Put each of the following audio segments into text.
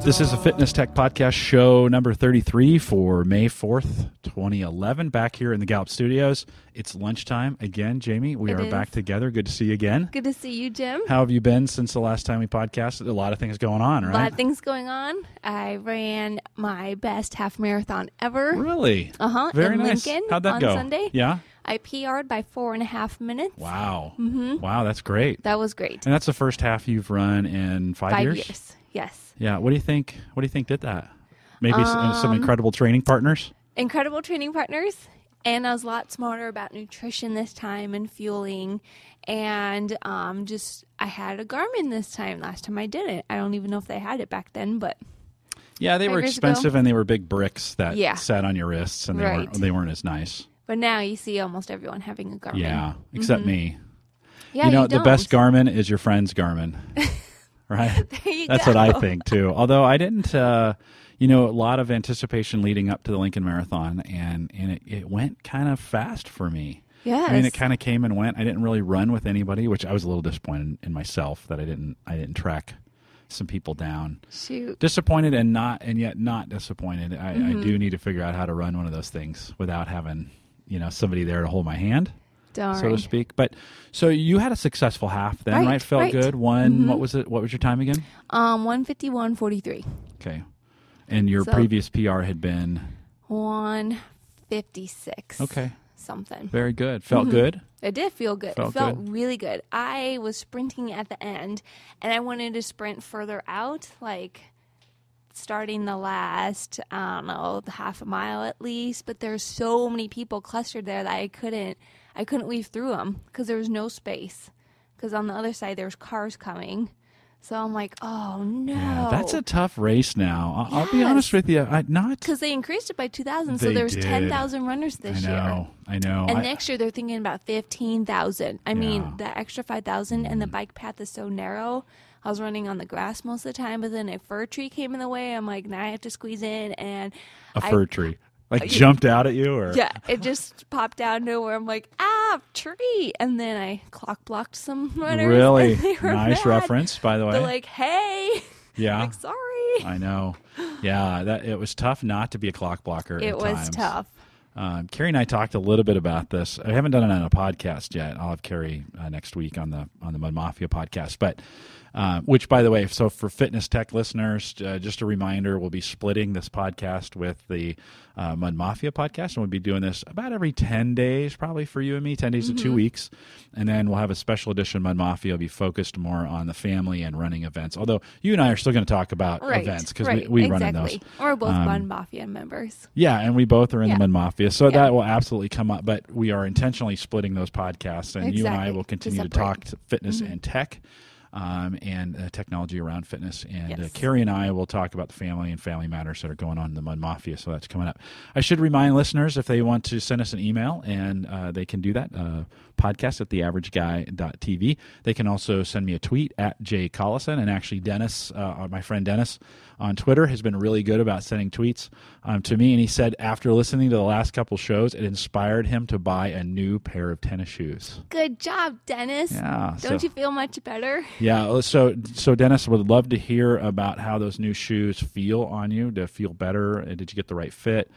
This is a Fitness Tech Podcast show number 33 for May 4th, 2011, back here in the Gallup Studios. It's lunchtime again, Jamie. We It are is. back together. Good to see you again. Good to see you, Jim. How have you been since the last time we podcasted? A lot of things going on, A right? lot of things going on. I ran my best half marathon ever. Really? Uh huh. Very in nice. Lincoln How'd that on go? Sunday. Yeah. I PR'd by four and a half minutes. Wow. Mm-hmm. Wow, that's great. That was great. And that's the first half you've run in five, Five years. Yes. Yeah. What do you think? What do you think did that? Maybe some, some Um, incredible training partners. Incredible training partners. And I was a lot smarter about nutrition this time and fueling. And um, just, I had a Garmin this time. Last time I did it. I don't even know if they had it back then, but Yeah, they Five were years ago. expensive and they were big bricks that Yeah. sat on your wrists and they Right. weren't they weren't as nice. but now you see almost everyone having a Garmin. Yeah, except me. Mm-hmm. Yeah, you know, the don't. best Garmin is your friend's Garmin, right? There you That's go. what I think too. Although I didn't, uh, you know, a lot of anticipation leading up to the Lincoln Marathon, and and it, it went kind of fast for me. Yes. I mean, it kind of came and went. I didn't really run with anybody, which I was a little disappointed in myself that I didn't. I didn't track some people down. Shoot. Disappointed and not, and yet not disappointed. I, Mm-hmm. I do need to figure out how to run one of those things without having, you know, somebody there to hold my hand Darn. so to speak. But so you had a successful half then, right? Right, Felt right. Mm-hmm. good. One. What was it? What was your time again? Um, 151.43. Okay. And your So- previous PR had been 156. okay. Something. Very good. Felt Mm-hmm. good. It did feel good. Felt it felt good. really good. I was sprinting at the end and I wanted to sprint further out, like starting the last, I don't know, the half a mile at least. But there's so many people clustered there that I couldn't, I couldn't weave through them because there was no space. Because on the other side, there's cars coming. So I'm like, oh no. Yeah, that's a tough race now. I- I'll be honest Yes. with you. I not. because they increased it by 2,000, so They there's did. 10,000 runners I this year. know. I know. And I- next year they're thinking about 15,000. I Yeah. Mm. mean, the extra 5,000 and the bike path is so narrow. I was running on the grass most of the time, but then a fir tree came in the way. I'm like, now I have to squeeze in. And a I- fir tree like jumped out at you, or yeah, it just popped out of nowhere. I'm like, ah, tree. And then I clock blocked some runners. Really and they were nice mad. reference, by the way. They're like, hey. yeah, like, sorry. I know. Yeah, that it was tough not to be a clock blocker. It at was times. tough. Um, Carrie and I talked a little bit about this. I haven't done it on a podcast yet. I'll have Carrie uh, next week on the on the Mud Mafia podcast. But uh, which, by the way, so for fitness tech listeners, uh, just a reminder: we'll be splitting this podcast with the uh, Mud Mafia podcast, and we'll be doing this about every ten days, probably for you and me, ten days to Mm-hmm. two weeks, and then we'll have a special edition Mud Mafia. Will be focused more on the family and running events. Although you and I are still going to talk about Right. events because right, we, we exactly. run in those. Um, We're both Bond Mafia members. Yeah, and we both are in Yeah. the Mud Mafia, so Yeah. that will absolutely come up. But we are intentionally splitting those podcasts, and you and I Exactly, will to continue to, separate. talk to fitness and tech, um, and uh, technology around fitness. And uh, Yes. Carrie and I will talk about the family and family matters that are going on in the Mud Mafia. So that's coming up. I should remind listeners if they want to send us an email, and uh, they can do that. Uh, podcast at theaverageguy.tv. They can also send me a tweet at Jay Collison. And actually, Dennis, uh, my friend Dennis on Twitter, has been really good about sending tweets um, to me. And he said after listening to the last couple shows, it inspired him to buy a new pair of tennis shoes. Good job, Dennis. Yeah, Don't so- you feel much better? Yeah, uh, so so Dennis would love to hear about how those new shoes feel on you. To feel better, and did you get the right fit?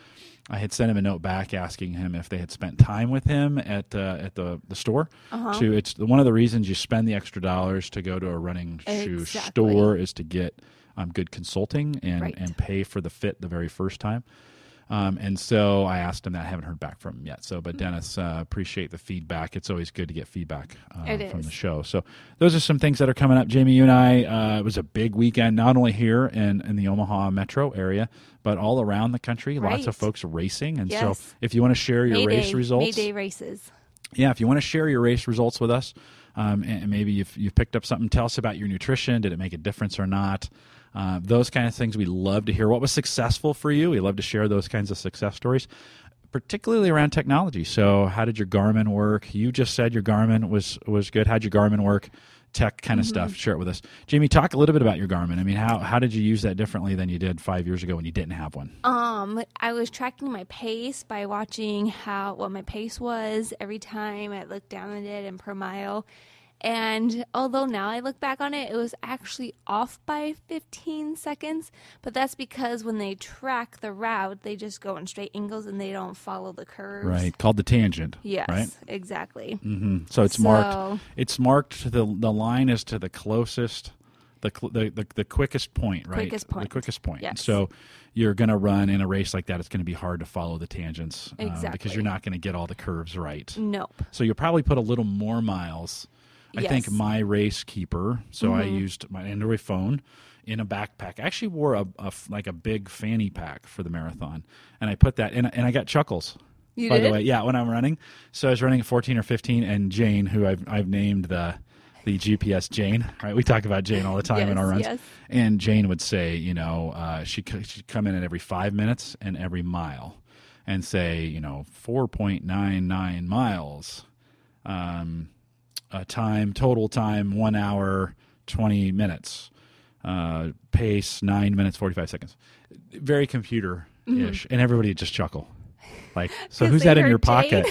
I had sent him a note back asking him if they had spent time with him at uh, at the the store. Uh-huh. To it's one of the reasons you spend the extra dollars to go to a running shoe Exactly. store is to get um, good consulting and Right. and pay for the fit the very first time. Um, and so I asked him that. I haven't heard back from him yet. So, Hmm. but Dennis, uh, appreciate the feedback. It's always good to get feedback uh, It from the is. show. So, those are some things that are coming up. Jamie, you and I, uh, it was a big weekend, not only here in, in the Omaha metro area, but all around the country. Lots of Right. folks racing. And so, Yes. if you want to share your race results, Mayday races. yeah, if you want to share your race results with us, um, and and maybe if you've picked up something, tell us about your nutrition. Did it make a difference or not? Uh, those kind of things we love to hear. What was successful for you? We love to share those kinds of success stories, particularly around technology. So, how did your Garmin work? You just said your Garmin was was good. How'd your Garmin work? Tech Mm-hmm. kind of stuff. Share it with us, Jamie. Talk a little bit about your Garmin. I mean, how how did you use that differently than you did five years ago when you didn't have one? Um, I was tracking my pace by watching how what my pace was every time I looked down at it and per mile, And although now I look back on it, it was actually off by 15 seconds, but that's because when they track the route, they just go in straight angles and they don't follow the curves. Right. Called the tangent. Yes, Right. exactly. hmm So it's marked. So- It's marked. The the line is to the closest, the cl- the, the the quickest point. Right. Quickest The point. quickest point. Yes. So you're going to run in a race like that. It's going to be hard to follow the tangents um, because Exactly. you're not going to get all the curves right. Nope. So you'll probably put a little more miles. I think Yes. Mm-hmm. my race keeper. So I used my Android phone in a backpack. I actually wore a, a f- like a big fanny pack for the marathon, and I put that in, and I got chuckles. You by the did? way, yeah, when I'm running. So I was running at 14 or 15, and Jane, who I've I've named the the GPS Jane. Right, we talk about Jane all the time in our Yes, runs. yes. And Jane would say, you know, uh, she c- she'd come in at every five minutes and every mile, and say, you know, 4.99 miles uh, time total time one hour 20 minutes uh, pace nine minutes 45 seconds very Mm-hmm. computer ish and everybody just chuckle like so 'Cause who's they that in your heard Jane. pocket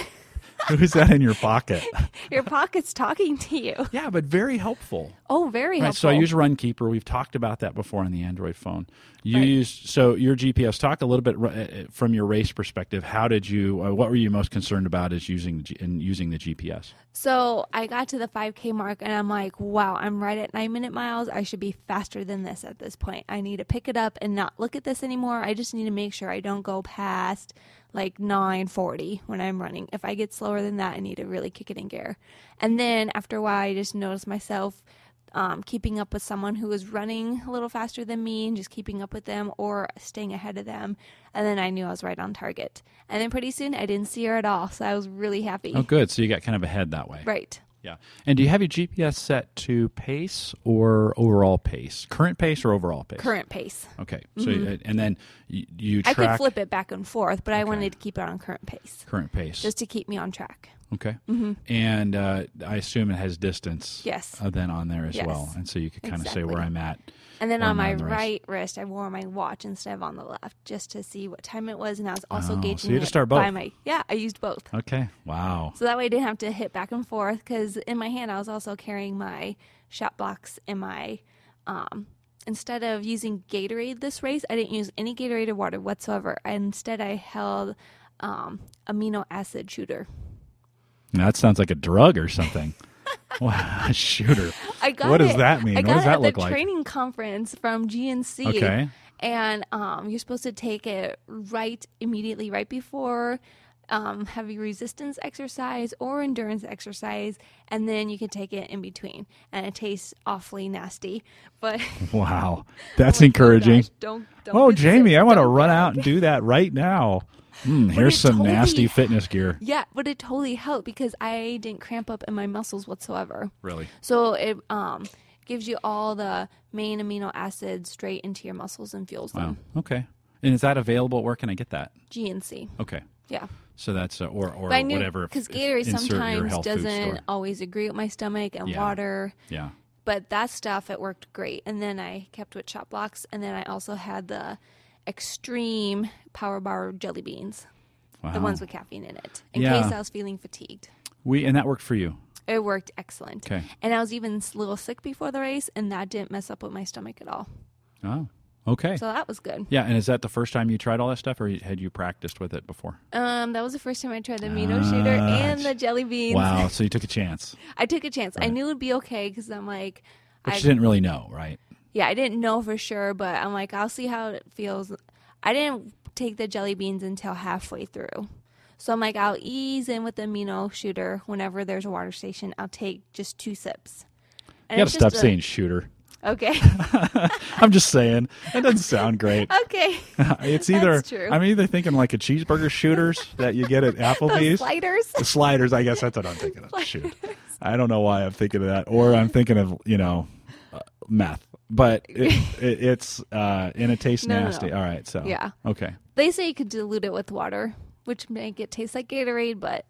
who's that in your pocket Your pocket's talking to you. yeah but very helpful Oh, very Right, so helpful. I use Runkeeper. We've talked about that before on the Android phone. You used so your GPS. Talk a little bit uh, from your race perspective. How did you? Uh, what were you most concerned about? Is using the G- in using the GPS? So I got to the 5K mark and I'm like, wow, I'm right at nine minute miles. I should be faster than this at this point. I need to pick it up and not look at this anymore. I just need to make sure I don't go past like 940 when I'm running. If I get slower than that, I need to really kick it in gear. And then after a while, I just noticed myself um, keeping up with someone who was running a little faster than me and just keeping up with them or staying ahead of them. And then I knew I was right on target. And then pretty soon I didn't see her at all. So I was really happy. Oh, good. So you got kind of ahead that way. Right. Yeah. And do you have your GPS set to pace or overall pace? Current pace or overall pace? current pace. Okay. So you- and then you, you I track could flip it back and forth, but I wanted to keep it on current pace current pace. just to keep me on track. okay. And uh, I assume it has distance. Yes. Uh, then on there as Yes. well, and so you could kind of say where I'm Exactly. at. And then Or on my mind the race. right wrist, I wore my watch instead of on the left just to see what time it was. And I was also Oh, so gauging you had to it start by both. my. Yeah, I used both. Okay. Wow. So that way I didn't have to hit back and forth because in my hand I was also carrying my shot box and my. Um, instead of using Gatorade this race, I didn't use any Gatorade or water whatsoever. Instead, I held um, amino acid shooter. Now, that sounds like a drug or something. wow. Shooter. I got What does it- that mean? I What got does it that at look the like? training conference from GNC. Okay. And um, you're supposed to take it right immediately, right before um, heavy resistance exercise or endurance exercise, and then you can take it in between. And it tastes awfully nasty, but oh Wow. That's encouraging. don't, don't. Oh, get sick. Jamie, I want to Don't- run out and do that right now. Hmm, here's it some totally nasty fitness gear. Yeah, but it totally helped because I didn't cramp up in my muscles whatsoever. Really? So it um, gives you all the main amino acids straight into your muscles and fuels Wow. them. Oh, Okay. And is that available? Where can I get that? GNC. Okay. Yeah. So that's uh, or or But I knew whatever. if- because if- Gatorade insert your sometimes health food store. doesn't always agree with my stomach and Yeah. water. Yeah. But that stuff it worked great. And then I kept with shot blocks and then I also had the extreme power bar jelly beans. Wow. The ones with caffeine in it. In Oh. Yeah. case I was feeling fatigued. we and that worked for you. It worked excellent. Okay. And I was even s- little sick before the race and that didn't mess up with my stomach at all. Oh. Okay. So that was good. yeah. And is that the first time you tried all that stuff, or had you practiced with it before? Um, that was the first time I tried the amino shader Ah, and the jelly beans. Wow. so you took a chance, I took a chance. I knew it'd be okay because I'm like, but I you didn't really know, right? yeah, I didn't know for sure, but I'm like, I'll see how it feels. I didn't take the jelly beans until halfway through. So I'm like, I'll ease in with the amino shooter whenever there's a water station. I'll take just two sips. And you got it's to stop just a- saying shooter. Okay. I'm just saying that doesn't sound great. okay. it's either true. I'm either thinking like a cheeseburger shooters that you get at Those Applebee's. sliders. The sliders, I guess that's what I'm thinking of. Shoot, I don't know why I'm thinking of that, or I'm thinking of you know, uh, meth. But it, it, it's uh, and it tastes No, no, no. nasty. All right, so Yeah. okay, They say you could dilute it with water, which make it taste like Gatorade, but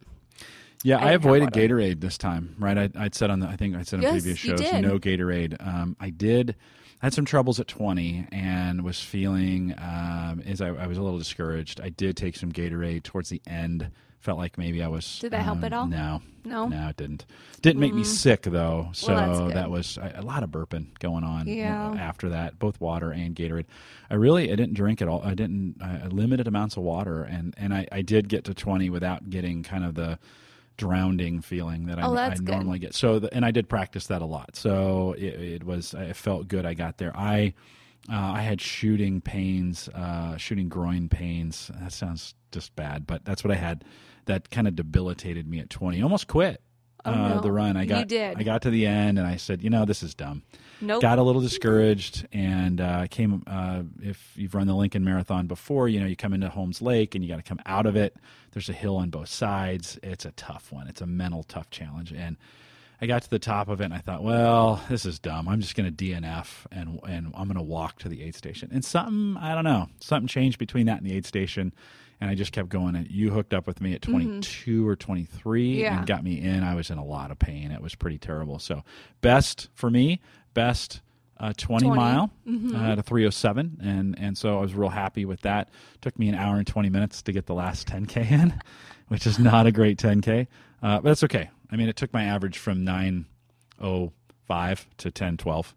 yeah. I, didn't have avoided water. Gatorade this time, right? I, I said on the, I think I said on Yes, previous you shows, did. no Gatorade. Um, I did. I had some troubles at 20 and was feeling um, as I, I was a little discouraged. I did take some Gatorade towards the end, Felt like maybe I was. um, Did that help at all? No, No? Mm. no, it didn't. Didn't make me sick though, so that's good. that was uh, a a lot of burping going on Yeah. uh, after that, both water and Gatorade. I really I didn't drink at all. I didn't I, I limited amounts of water, and and I, I did get to twenty without getting kind of the drowning feeling that I, Oh, I that's good. normally get. So the, and I did practice that a lot. So it, it was I felt good. I got there. I. Uh, I had shooting pains, uh, shooting groin pains. That sounds just bad, but that's what I had. That kind of debilitated me at 20. Almost quit Oh, uh, no. the run. I You got did. Oh. I got to the end and I said, you know, this is dumb. Nope. Got a little discouraged and uh, came. Uh, if you've run the Lincoln Marathon before, you know you come into Holmes Lake and you got to come out of it. There's a hill on both sides. It's a tough one. It's a mental tough challenge. And I got to the top of it and I thought, well, this is dumb. I'm just going to DNF and and I'm going to walk to the aid station. And something I don't know, something changed between that and the aid station. And I just kept going. And you hooked up with me Mm-hmm. at 22 or 23 Yeah. and got me in. I was in a lot of pain. It was pretty terrible. So best for me, best uh, 20, 20. mile Mm-hmm. uh, at a 307, and and so I was real happy with that. Took me an hour and 20 minutes to get the last 10k in, which is not a great 10k, uh, but that's okay. I mean, it took my average from 905 to 1012.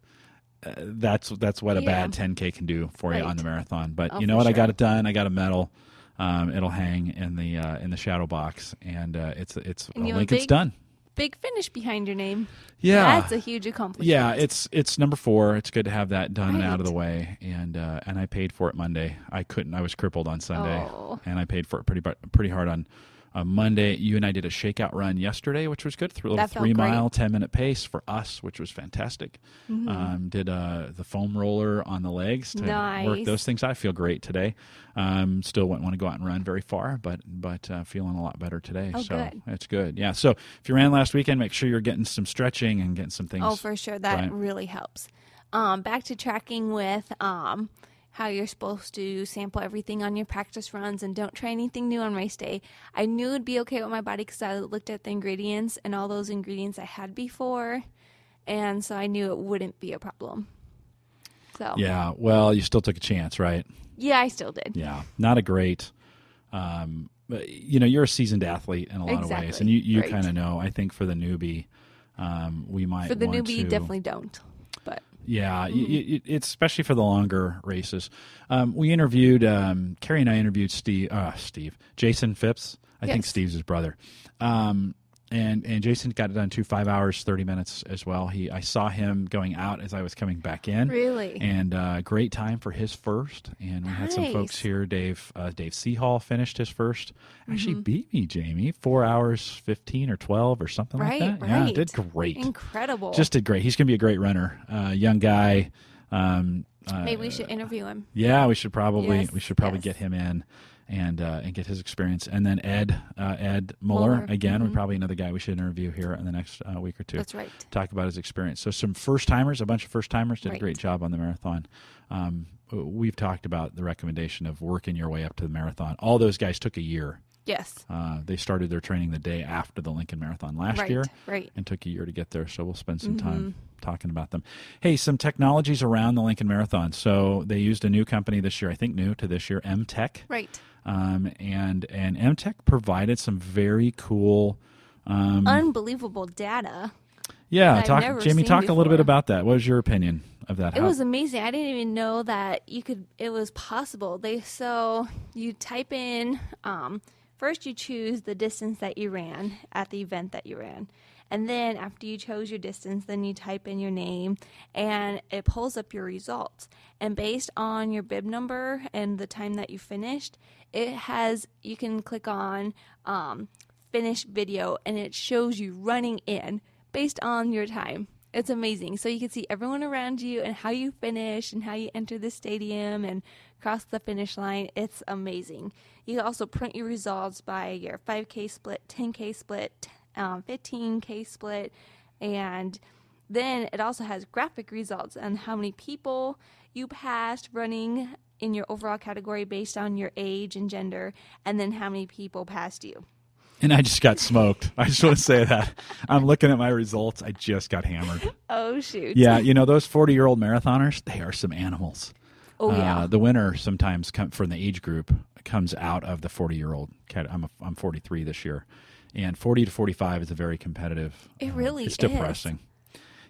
Uh, that's that's what a Yeah. bad 10k can do for you on Right. the marathon. But Oh, you know for what? I sure. got it done. I got a medal. Um, it'll hang in the uh, in the shadow box, and uh, it's it's And a you have a link. it's big- done. Big finish behind your name. Yeah, That's a huge accomplishment. yeah, it's it's number four. It's good to have that done and Right. out of the way. And uh, and I paid for it Monday. I couldn't. I was crippled on Sunday, Oh. and I paid for it pretty bu- pretty hard on on Monday. You and I did a shakeout run yesterday, which was good. Three little That felt three mile, ten minute pace for us, which was fantastic. Mm-hmm. Um, did uh, the foam roller on the legs to work Nice. those things. I feel great today. Um, still wouldn't want to go out and run very far, but but uh, feeling a lot better today. Oh, so good. that's good. Yeah. So if you ran last weekend, make sure you're getting some stretching and getting some things. Oh, for sure. That Right. really helps. Um, back to tracking with um, how you're supposed to sample everything on your practice runs and don't try anything new on race day. I knew it'd be okay with my body because I looked at the ingredients and all those ingredients I had before. And so I knew it wouldn't be a problem. So, yeah, Yeah. Well, you still took a chance, right? I still did. Yeah. Not a great. Um, but, you know, you're a seasoned athlete in a lot of ways, Exactly. and you, you Right. kind of know. I think for the newbie, um, we might For the want newbie, to- definitely Mm-hmm. don't. But Yeah, y y y- it's especially for the longer races. Um, we interviewed um, Carrie and I interviewed Steve, uh, Steve, Jason Phipps. I think Yes. Steve's his brother. Um, and and Jason got it done two five hours thirty minutes as well. He I saw him going out as I was coming back in. Really? and uh, great time for his first. And we had some folks Nice. here. Dave uh, Dave Seahall finished his first. Actually Mm-hmm. beat me, Jamie, four hours fifteen or twelve or something right, like that. right. Yeah, did great. Incredible. Just did great. He's going to be a great runner. Uh, young guy. Um, uh, Maybe we should interview him. yeah, we should probably Yes, we should probably yes. get him in and uh, and get his experience. And then Ed uh, Ed Muller, Muller, Mm-hmm. again, we probably another guy we should interview here in the next uh, week or two. That's right. Talk about his experience. So some first timers, a bunch of first timers did a Right. great job on the marathon. Um, we've talked about the recommendation of working your way up to the marathon. All those guys took a year. Yes. Uh, they started their training the day after the Lincoln Marathon last right, Mm-hmm. year right. and took a year to get there. So we'll spend some time talking about them. Hey, some technologies around the Lincoln Marathon. So they used a new company this year, I think new to this year, M Tech Right. um, and and M Tech provided some very cool. Um, Unbelievable data. yeah, I've talk, never Jamie, seen talk a little bit before. about that. What was your opinion of that? It How- was amazing. I didn't even know that you could. It was possible. They so you type in um, first you choose the distance that you ran at the event that you ran, and then after you chose your distance, then you type in your name, and it pulls up your results. And based on your bib number and the time that you finished, it has you can click on um, finish video, and it shows you running in based on your time. It's amazing. So you can see everyone around you and how you finish and how you enter the stadium and cross the finish line. It's amazing. You can also print your results by your 5K split, 10K split, um, 15K split, and then it also has graphic results on how many people you passed running in your overall category based on your age and gender, and then how many people passed you. and I just got smoked. I just want to say that I'm looking at my results. I just got hammered. Oh, shoot. Yeah, you know those 40 year old marathoners, they are some animals. Oh, yeah. Uh, the winner sometimes come from the age group comes out of the 40 year old. cat- I'm a, I'm 43 this year, and 40 to 45 is a very competitive. It really it's is. depressing.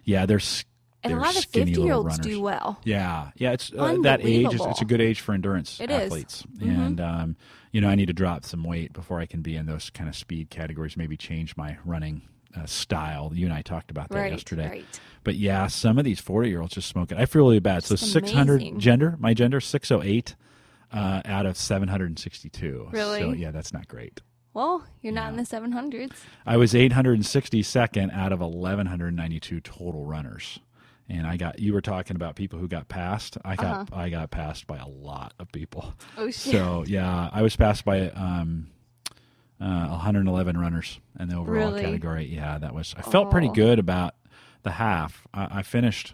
Yeah, they're s- and a they're lot of skinny 50 little year olds runners. do well. Yeah, yeah, it's uh, that age. Is, it's a Unbelievable. good age for endurance It is. Mm-hmm. athletes, and um, you know I need to drop some weight before I can be in those kind of speed categories. Maybe change my running uh, style. You and I talked about that Right. yesterday. Right. But yeah, some of these 40 year olds just smoke it. I feel really bad. so Just 600 amazing. gender, my gender, 608 uh, out of 762. Really? So yeah, that's not great. Well, you're not in the 700s. I was 862nd out of 1192 total runners. And I got you were talking about people who got passed. I got I got passed by a lot of people. Oh, shit. So yeah, I was passed by um, uh, 111 runners in the overall Really? category. Yeah, that was. I felt pretty good about the half. I, I finished,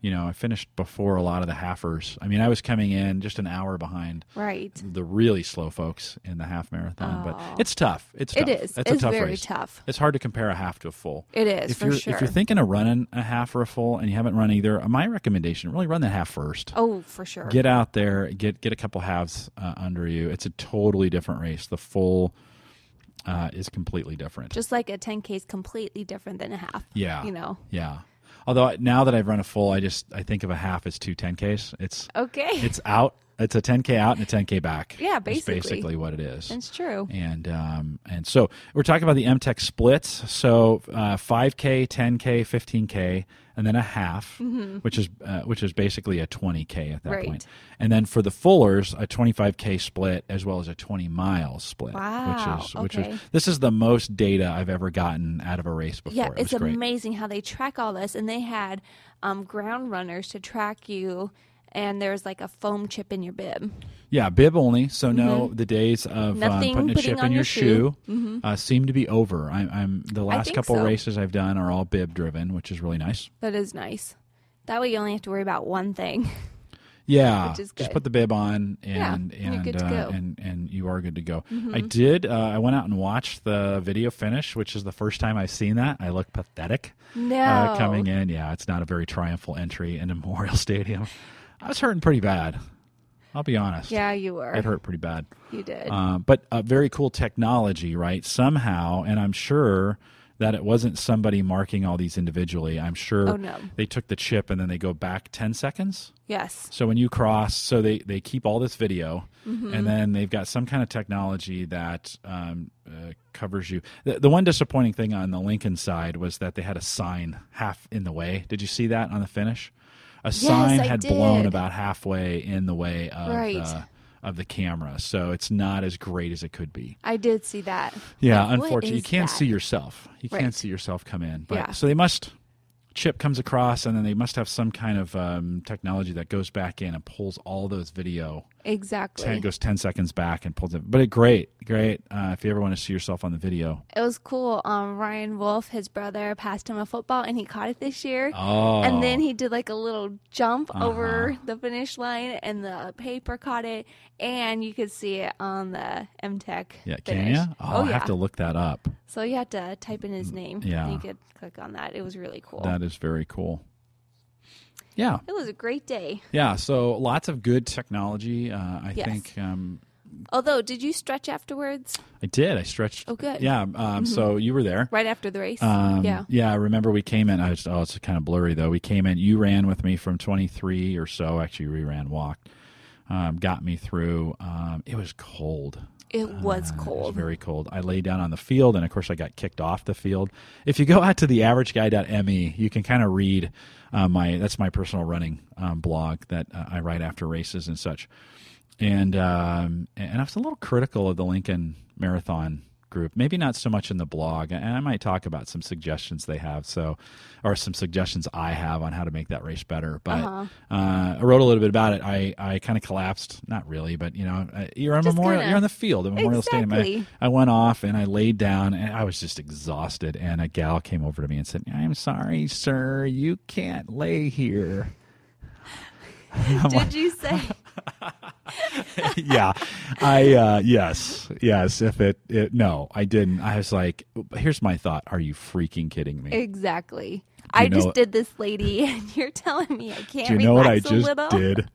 you know, I finished before a lot of the halfers. I mean, I was coming in just an hour behind Right. the really slow folks in the half marathon, Oh. but it's tough. It's It tough. is. It's, It's, a tough very race. tough. It's hard to compare a half to a full. It is, if for you're sure. if you're thinking of running a half or a full and you haven't run either, my recommendation really run the half first oh, for sure. get out there get get a couple halves uh, under you it's a totally different race the full uh, is completely different Just like a 10K is completely different than a half. yeah You know. yeah although I- now that i've run a full i just i think of a half as two 10ks it's Okay. it's out it's a 10k out and a 10k back Yeah, is basically. basically what it is That's true. and um, and so we're talking about the MTech splits. So uh, 5K, 10K, 15K, and then a half, which is uh, which is basically a 20K at that Mm-hmm. Right. point. And then for the fullers, a 25K split as well as a 20 mile split. Wow, Which is which okay. is this is the most data I've ever gotten out of a race before. Yeah, It it's was great. amazing how they track all this, and they had um, ground runners to track you, and there's like a foam chip in your bib. Yeah, bib only. So no, the days of Mm-hmm. Nothing um, putting a putting chip on in your your shoe, shoe. Mm-hmm. uh, seem to be over. I'm, I'm the last think couple so. races I've done are all bib driven, which is really nice. That is nice. That way you only have to worry about one thing. Yeah, Which is just good. put the bib on and and you're and good to uh, go. Mm-hmm. and and you are good to go. I did. Uh, I went out and watched the video finish, which is the first time I've seen that. I look pathetic No. uh, coming in. Yeah, it's not a very triumphal entry in Memorial Stadium. I was hurting pretty bad. I'll be honest. Yeah, you were. it hurt pretty bad. You did. Uh, but a very cool technology, right? Somehow, and I'm sure that it wasn't somebody marking all these individually. I'm sure Oh, no. they took the chip and then they go back ten seconds. yes. So when you cross, so they they keep all this video, Mm-hmm. and then they've got some kind of technology that um, uh, covers you. The, the one disappointing thing on the Lincoln side was that they had a sign half in the way. Did you see that on the finish? A sign I had blown did. about halfway in the way of Right. the, of the camera, so it's not as great as it could be. I did see that. Yeah, Like, what unfortunately, you is can't that? see yourself. You can't Right. see yourself come in. But Yeah. so they must. Chip comes across, and then they must have some kind of um, technology that goes back in and pulls all those video. Exactly. Ten, goes ten seconds back and pulls it. But it, great, great. Uh, if you ever want to see yourself on the video, It was cool. Um, Ryan Wolf, his brother, passed him a football and he caught it this year. oh, Uh-huh. And then he did like a little jump over the finish line and the paper caught it. And you could see it on the MTech. yeah, can finish. you? Oh, Oh, I yeah. have to look that up. So you had to type in his name. yeah. And you could click on that. It was really cool. That is very cool. Yeah, it was a great day. yeah. So lots of good technology. Uh, I Yes. think um, Although, did you stretch afterwards? I did. I stretched. Oh, good. Mm-hmm. Yeah. Um, So you were there. Right after the race? Um, yeah. I remember we came in. I was, oh, it's kind of blurry though. We came in. You ran with me from 23 or so. Actually, we ran, walked, um, got me through. Um, it was cold. It was uh, It was cold. very cold. I lay down on the field, and of course, I got kicked off the field. If you go out to theaverageguy.me, E, you can kind of read uh, my that's my personal running um, blog that uh, I write after races and such. And um, and I was a little critical of the Lincoln Marathon group. Maybe not so much in the blog, and I might talk about some suggestions they have. So, or some suggestions I have on how to make that race better. But uh Uh-huh. I wrote a little bit about it. I, I kind of collapsed, not really, but you know, uh, you're on Just Memorial, kinda- you're on the field at Memorial Stadium. Exactly. I, I went off and I laid down and I was just exhausted. And a gal came over to me and said, "I'm sorry, sir, you can't lay here." Did you say? yeah, I uh, yes, yes. If it, it no, I didn't. I was like, "Here's my thought: Are you freaking kidding me?" Exactly. I know- just did this, lady, and you're telling me I can't Do you know what I relax a just little? did?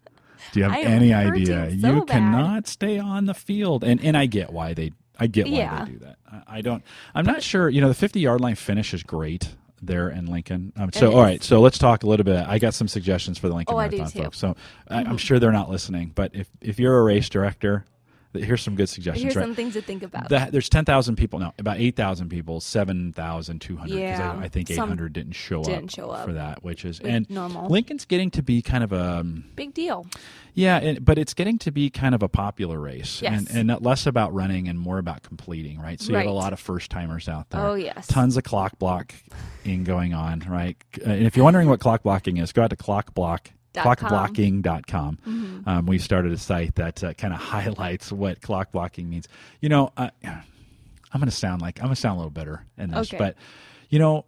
Do you have I am any hurting idea? so you bad. cannot stay on the field, and and I get why they I get why Yeah. they do that. I, I don't. I'm not sure. You know, the 50 yard line finish is great there in Lincoln. Um, so all is. right, so let's talk a little bit. I got some suggestions for the Lincoln Oh, I do Marathon, too. Mm-hmm. folks. So I, I'm sure they're not listening, but if if you're a race director, th- here's some good suggestions. Here's right? some things to think about. That, there's 10,000 people now, about 8,000 people, 7,200. 'cause Yeah. I, I think Some 800 didn't show up didn't show up. for that, which is, Which- and normal. Lincoln's getting to be kind of a, um, Big deal. yeah, and, but it's getting to be kind of a popular race Yes. and, and less about running and more about completing, right? So you have a Right. lot of first timers out there. Oh, yes. Tons of clock blocking going on, right? Uh, And if you're wondering what clock blocking is, go out to clockblock. Dot com. Mm-hmm. Clockblocking.com. Um, we started a site that uh, kind of highlights what clock blocking means. You know, uh, I'm going to sound like I'm going to sound a little bitter in this, Okay. but you know,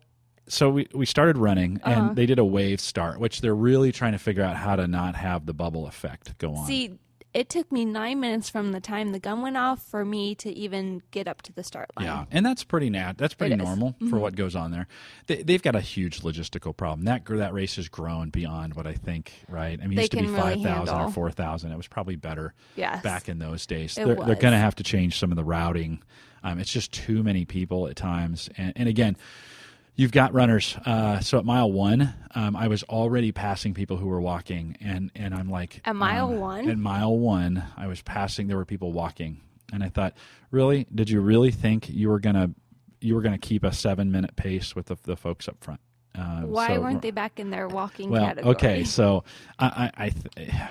so we, we started running and Uh-huh. they did a wave start, which they're really trying to figure out how to not have the bubble effect go on. See, it took me nine minutes from the time the gun went off for me to even get up to the start line. yeah, and that's pretty nat. That's pretty It is. Mm-hmm. normal for what goes on there. They, they've got a huge logistical problem. That gr- that race has grown beyond what I think. Right? I mean, it They used to be can really five thousand or handle. four thousand. It was probably better. Yes. back in those days. It They're, they're was. going to have to change some of the routing. Um, it's just too many people at times. And, and again, you've got runners. Uh, so at mile one, um, I was already passing people who were walking, and and I'm like At mile um, one? At mile one, I was passing. There were people walking, and I thought, really, did you really think you were gonna you were gonna keep a seven minute pace with the, the folks up front? Um, Why so- weren't they back in their walking well, category? okay, so I I, I, th- I-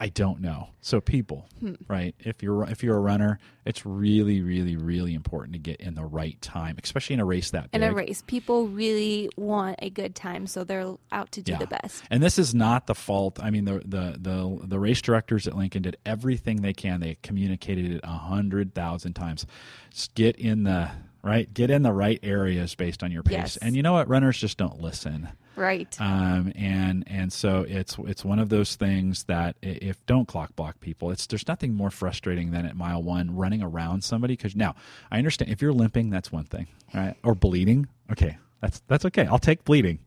I don't know. So people, Hmm. right? If you're if you're a runner, it's really, really, really important to get in the right time, especially in a race that big. In a race, people really want a good time, so they're out to do the best. And this is not the fault. I mean, the the the the race directors at Lincoln did everything they can. They communicated it a hundred thousand times. Just get in the right, get in the right areas based on your pace. Yes. And you know what? Runners just don't listen. Right. um, and and so it's it's one of those things that i- if don't clock block people, it's there's nothing more frustrating than at mile one running around somebody because now I understand if you're limping that's one thing, right? Or bleeding, okay, that's that's okay. I'll take bleeding.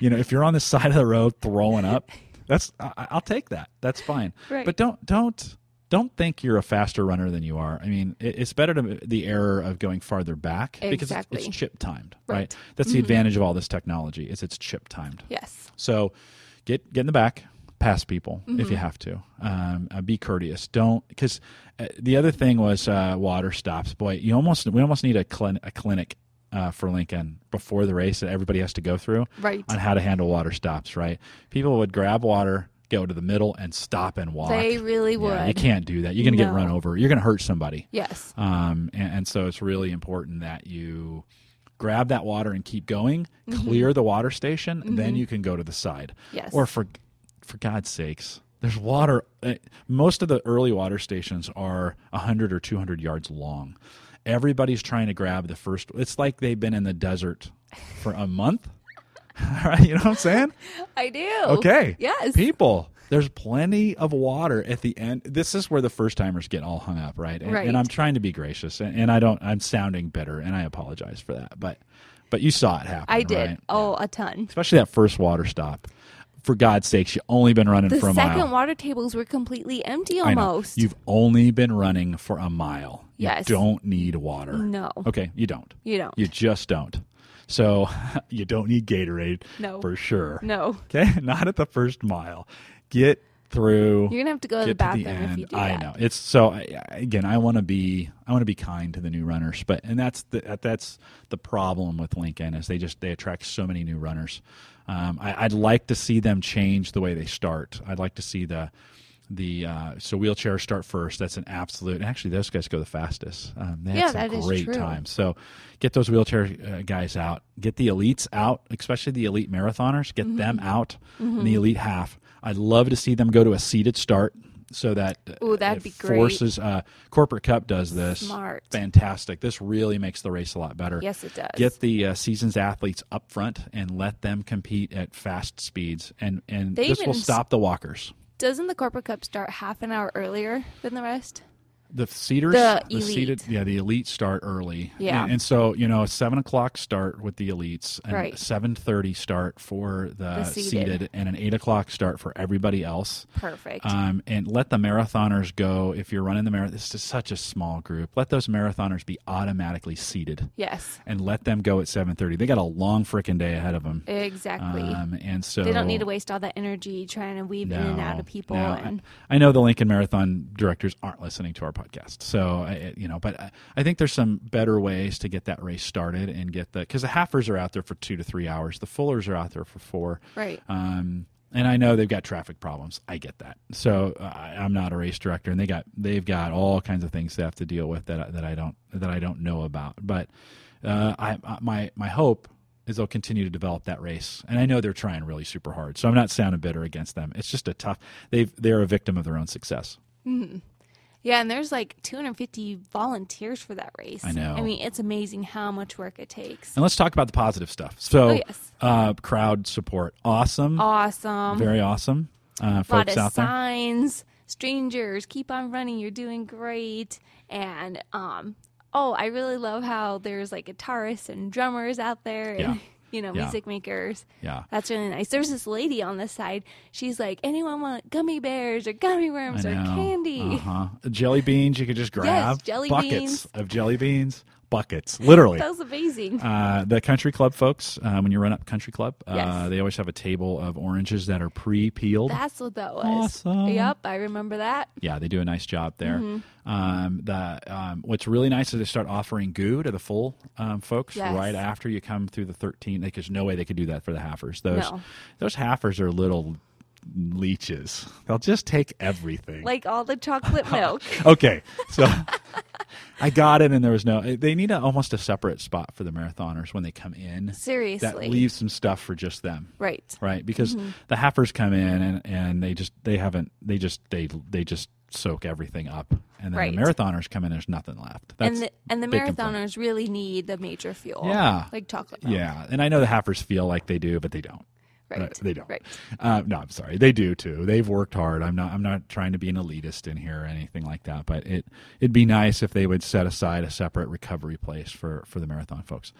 You know, if you're on the side of the road throwing up, that's I, I'll take that. That's fine. Right. But don't don't don't think you're a faster runner than you are. I mean, it, it's better to the error of going farther back because it's- Exactly. it's chip timed, right? Right. Mm-hmm. That's the advantage of all this technology is it's chip timed. yes. So get get in the back, pass people Mm-hmm. if you have to. Um, uh, be courteous. Don't because uh, the other thing was uh, water stops. Boy, you almost we almost need a, clin- a clinic uh, for Lincoln before the race that everybody has to go through Right. on how to handle water stops. Right? People would grab water, go to the middle, and stop and walk. They really would. Yeah, you can't do that. You're going to get No. run over. You're going to hurt somebody. Yes. Um, and, and so it's really important that you grab that water and keep going, clear the water station, then you can go to the side. Yes. Or for for God's sakes, there's water. eh, Most of the early water stations are 100 or 200 yards long. Everybody's trying to grab the first. It's like they've been in the desert for a month. All right, you know what I'm saying? I do. Okay. Yes. People, there's plenty of water at the end. This is where the first timers get all hung up, right? And, Right. and I'm trying to be gracious, and, and I don't. I'm sounding bitter, and I apologize for that. But, but you saw it happen. I did. right? Oh, a ton. Especially that first water stop. For God's sakes, you only been running The for a second mile. water tables were completely empty I know. almost. You've only been running for a mile. You Yes. don't need water. No. Okay, you don't. You don't. You just don't. So you don't need Gatorade. No. For sure. no. Okay, not at the first mile. Get through. You're gonna have to go to the get bathroom if you do I that. know it's so. I, I- again, I want to be I want to be kind to the new runners, but and that's the that- that's the problem with Lincoln is they just they attract so many new runners. Um, I, I'd like to see them change the way they start. I'd like to see the the uh, so wheelchairs start first. That's an absolute. And actually, those guys go the fastest. Um, they had Yeah, some that is great true. times. So get those wheelchair uh, guys out. Get the elites out, especially the elite marathoners. Get them Mm-hmm. out in the elite half. I'd love to see them go to a seated start so that uh, Ooh, that'd it be great. forces uh, corporate cup does this Smart. fantastic this really makes the race a lot better Yes, it does. get the uh, season's athletes up front and let them compete at fast speeds and and They this will even s- stop the walkers Doesn't the corporate cup start half an hour earlier than the rest? the cedars The elite. seated yeah the elite start early Yeah. and, and so you know seven o'clock start with the elites and Right. 7.30 start for the, The seated. and an eight o'clock start for everybody else Perfect. um, and let the marathoners go if you're running the marathon this is such a small group let those marathoners be automatically seated yes. and let them go at 7.30 they got a long freaking day ahead of them Exactly. um, and so they don't need to waste all that energy trying to weave in and out of people. no. and I, I know the Lincoln Marathon directors aren't listening to our podcast, so I, I- you know, but I, I think there's some better ways to get that race started and get the because the halfers are out there for two to three hours, the fullers are out there for four, right. um, and I know they've got traffic problems. I get that. So uh, I, I'm not a race director, and they got they've got all kinds of things they have to deal with that I- that I don't that I don't know about. But uh, I, I my my hope is they'll continue to develop that race, and I know they're trying really super hard. So I'm not sounding bitter against them. It's just a tough. They've they're a victim of their own success. Yeah, and there's like 250 volunteers for that race. I know. I mean, it's amazing how much work it takes. And let's talk about the positive stuff. So Oh, yes. uh, crowd support, awesome, Awesome. very awesome. Uh, a lot folks of out there, signs. Strangers, keep on running. You're doing great. And um, oh, I really love how there's like guitarists and drummers out there, and Yeah. you know, Yeah. music makers. yeah. That's really nice. There's this lady on the side. She's like, anyone want gummy bears or gummy worms or candy? Uh-huh. Jelly beans, you could just grab jelly buckets beans. of jelly beans, buckets, literally. That was amazing. Uh, the country club folks, uh, when you run up country club, uh, Yes. they always have a table of oranges that are pre-peeled. That's what that was. Awesome. Yep, I remember that. yeah, they do a nice job there. Mm-hmm. Um, the um, what's really nice is they start offering goo to the full um, folks Yes. right after you come through the 13. There's no way they could do that for the halfers. Those No. those halfers are little leeches. They'll just take everything. Like all the chocolate milk. okay so i got it and there was no they need a, almost a separate spot for the marathoners when they come in Seriously. Mm-hmm. that leaves some stuff for just them Right. right because the halfers come in and, and they just they haven't they just they they just soak everything up and then Right. the marathoners come in there's nothing left And that's the, and the big complaint. marathoners really need the major fuel. Yeah. Like chocolate milk. yeah and i know the halfers feel like they do but they don't Right. Uh, they don't. Right. Uh, no, I'm sorry. They do too. They've worked hard. I'm not. I'm not trying to be an elitist in here or anything like that. But it it'd be nice if they would set aside a separate recovery place for for the marathon folks.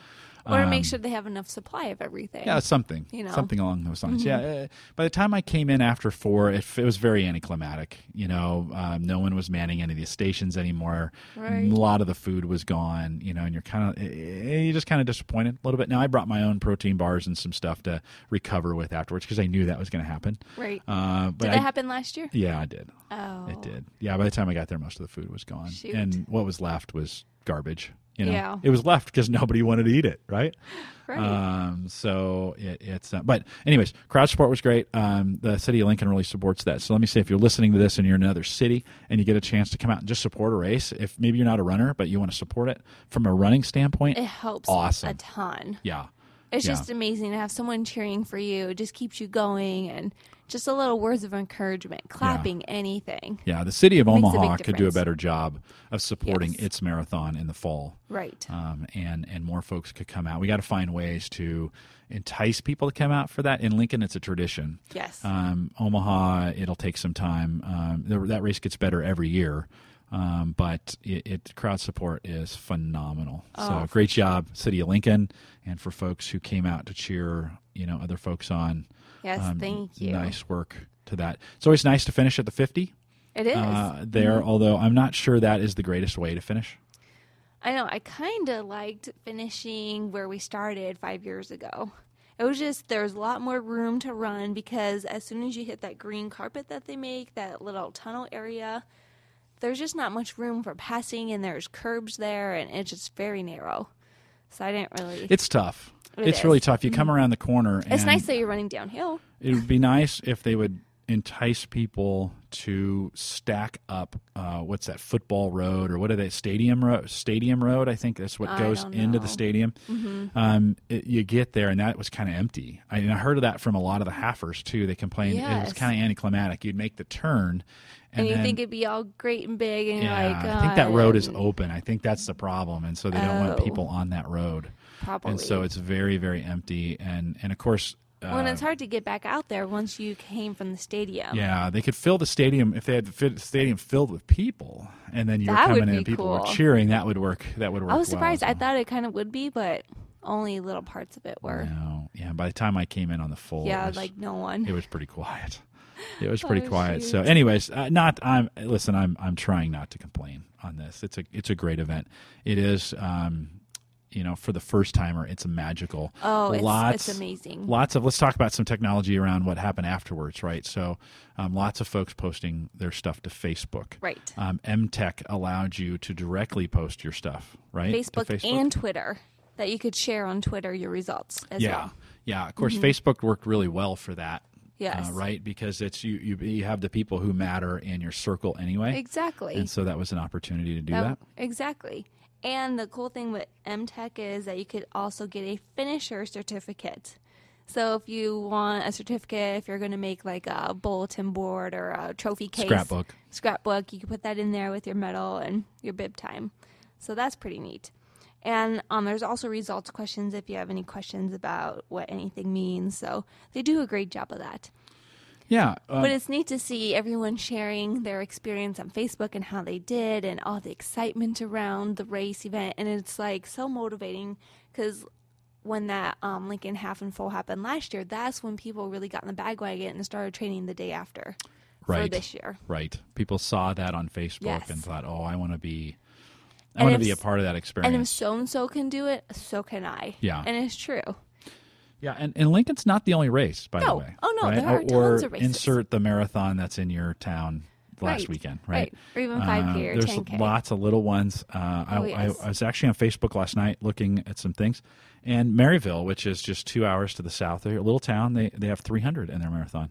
Or Um, make sure they have enough supply of everything. Yeah, something. You know. Mm-hmm. something along those lines. Yeah. uh, By the time I came in after four, it, it was very anticlimactic. You know, um, no one was manning any of the stations anymore. Right. A lot of the food was gone. You know, and you're eh, kind of you're just kind of disappointed a little bit. Now I brought my own protein bars and some stuff to recover with afterwards because I knew that was going to happen. Right. Uh, but Did I, that happen last year? yeah, I did. Oh. It did. Yeah, by the time I got there, most of the food was gone, Shoot. and what was left was garbage. You know, Yeah. it was left because nobody wanted to eat it, right? Right. Um, so it, it's, uh, but anyways, crowd support was great. Um, the city of Lincoln really supports that. So let me say, if you're listening to this and you're in another city and you get a chance to come out and just support a race, if maybe you're not a runner but you want to support it from a running standpoint, it helps awesome. a ton. yeah, It's Yeah. just amazing to have someone cheering for you. It just keeps you going and just a little words of encouragement, clapping, anything. yeah, the city of a Omaha big could do a difference. better job of supporting Yes. its marathon in the fall. Right. um, and and more folks could come out. We got to find ways to entice people to come out for that. In Lincoln, it's a tradition. yes. Um, Omaha, it'll take some time. Um, the, that race gets better every year, um, but it, it crowd support is phenomenal. Oh, so great job, City of Lincoln, and for folks who came out to cheer, you know, other folks on. yes. um, thank you. Nice work to that. It's always nice to finish at the fifty. It is. Mm-hmm. Uh, there, although I'm not sure that is the greatest way to finish. I know. I kind of liked finishing where we started five years ago. It was just there's a lot more room to run because as soon as you hit that green carpet that they make, that little tunnel area, there's just not much room for passing, and there's curbs there, and it's just very narrow. So I didn't really. It's, It's tough. It it's is. Mm-hmm. really tough. You come around the corner. And nice that you're running downhill. It would be nice if they would entice people to stack up. Uh, what's that football road or what are they? Stadium road. Stadium road. I think that's what I goes don't into know. Mm-hmm. the stadium. Um, it- you get there and that was kind of empty. I, and I heard of that from a lot of the halfers too. They complained it was Yes. kind of anticlimactic. You'd make the turn, and, And, you then, think it'd be all great and big, and you're yeah, like, um, I think that road is "God." open. I think that's the problem, and so they don't want Oh. people on that road. Probably. And so it's very, very empty. And and of course, uh, well, and it's hard to get back out there once you came from the stadium. Yeah, they could fill the stadium if they had the fit- stadium filled with people, and then you were That would coming in, and be people were cool. cheering. That would work. That would work. I was well surprised. as I well. thought it kind of would be, but only little parts of it were. No, yeah. By the time I came in on the full, it Yeah, was- like no one. it was pretty quiet. It was pretty Oh, quiet. shoot. So, anyways, uh, not I'm listen. I'm I'm trying not to complain on this. It's a it's a great event. It is, um, you know, for the first timer, it's magical. oh, it's, lots it's amazing. lots of let's talk about some technology around what happened afterwards, right? So, um, lots of folks posting their stuff to Facebook. Right. Um, MTech allowed you to directly post your stuff, right? to Facebook, and Twitter that you could share on Twitter your results as yeah, uh, well. yeah. Of course, Mm-hmm. Facebook worked really well for that. Yes. Uh, right, because it's you, you. You have the people who matter in your circle anyway, Exactly. and so that was an opportunity to do that. That- Exactly. And the cool thing with MTech is that you could also get a finisher certificate. So if you want a certificate, if you're going to make like a bulletin board or a trophy case, Scrapbook. scrapbook, you can put that in there with your medal and your bib time. So that's pretty neat. And um, there's also results questions if you have any questions about what anything means. So they do a great job of that. Yeah, um, But it's neat to see everyone sharing their experience on Facebook and how they did and all the excitement around the race event. And it's like so motivating because when that um, Lincoln half and full happened last year, that's when people really got in the bagwagon and started training the day after for Right. this year. right. People saw that on Facebook Yes. and thought, "Oh, I want to be, I And want to if be a s- part of that experience." And if so and so can do it, so can I. Yeah. And it's true. Yeah, and, and Lincoln's not the only race, by the No. way. Oh, no, right? there are or, tons of races. Insert the marathon that's in your town last Right, weekend, right? Uh, right. Or even 5K or there's 10K. lots of little ones. Uh, I, Oh, yes. I, I was actually on Facebook last night looking at some things, and Maryville, which is just two hours to the south, they're a little town. They they have 300 in their marathon,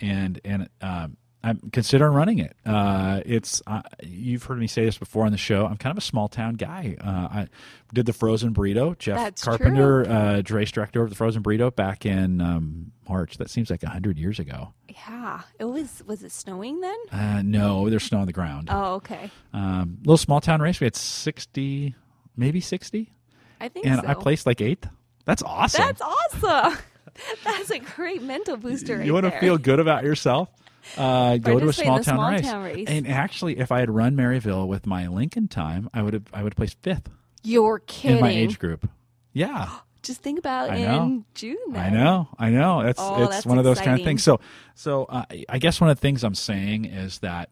and and um, I'm considering running it. Uh, it's uh, you've heard me say this before on the show. I'm kind of a small town guy. Uh, I did the frozen burrito. Jeff That's Carpenter true. uh, Drace director of the Frozen Burrito back in um, March. That seems like hundred years ago. Yeah. It was, was it snowing then? Uh, no, there's snow on the ground. Oh, okay. Um, little small town race. We had sixty, maybe sixty, I think and so. I placed like eighth. That's awesome. That's awesome. That's a great mental booster right you want to there. feel good about yourself. Uh, go to a Participate in small the town small race. town race. And actually, if I had run Maryville with my Lincoln time, I would have I would have placed fifth You're kidding. in my age group. Yeah. Just think about I in know. June. I then. know, I know. That's Oh, it's that's one of those kind of exciting. things. So, so uh, I guess one of the things I'm saying is that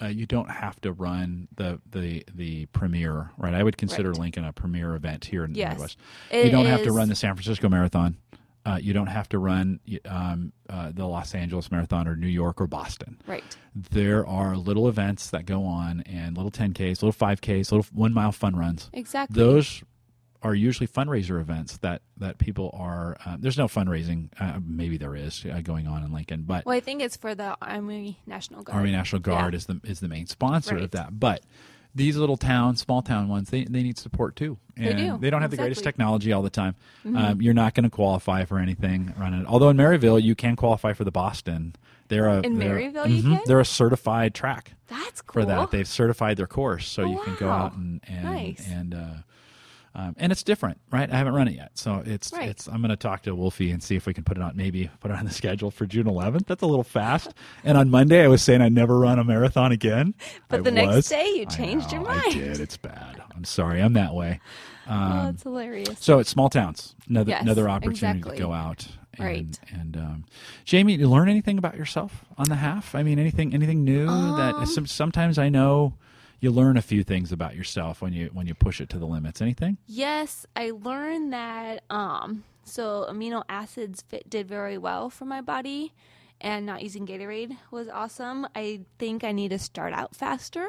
uh, you don't have to run the the the premier, right? I would consider Right. Lincoln a premier event here in Yes. the Midwest. It you don't have to is- run the San Francisco Marathon. Uh, you don't have to run um, uh, the Los Angeles Marathon or New York or Boston. Right. There are little events that go on and little 10Ks, little 5Ks, little one mile fun runs Exactly. those are usually fundraiser events that that people are. Uh, there's no fundraising. Uh, maybe there is uh, going on in Lincoln, but well, I think it's for the Army National Guard. Army National Guard Yeah. is the is the main sponsor of Right. that. But these little town, small town ones, they, they need support too. And They do. not have the greatest Exactly. Mm-hmm. technology all the time. Um, you're not going to qualify for anything running. Although in Maryville, you can qualify for the Boston. They're a In they're, Maryville you Mhm. can? They're a certified track That's for cool. Oh, that. They've certified their course, so you can go wow. out and and Nice. and uh, um, and it's different, right? I haven't run it yet, so it's Right. it's. I'm going to talk to Wolfie and see if we can put it on, maybe put it on the schedule for June 11th. That's a little fast. and on Monday, I was saying I'd never run a marathon again. But I the next was. day you I changed your know, I mind. did. Um, It's bad. I'm sorry. I'm that way. oh, that's hilarious. So it's small towns. Another Yes, another opportunity exactly. to go out. And, Right. And um, Jamie, you learn anything about yourself on the half? I mean, anything anything new Um, that some, sometimes I know you learn a few things about yourself when you when you push it to the limits. Anything? Yes, I learned that. Um, so amino acids fit did very well for my body, and not using Gatorade was awesome. I think I need to start out faster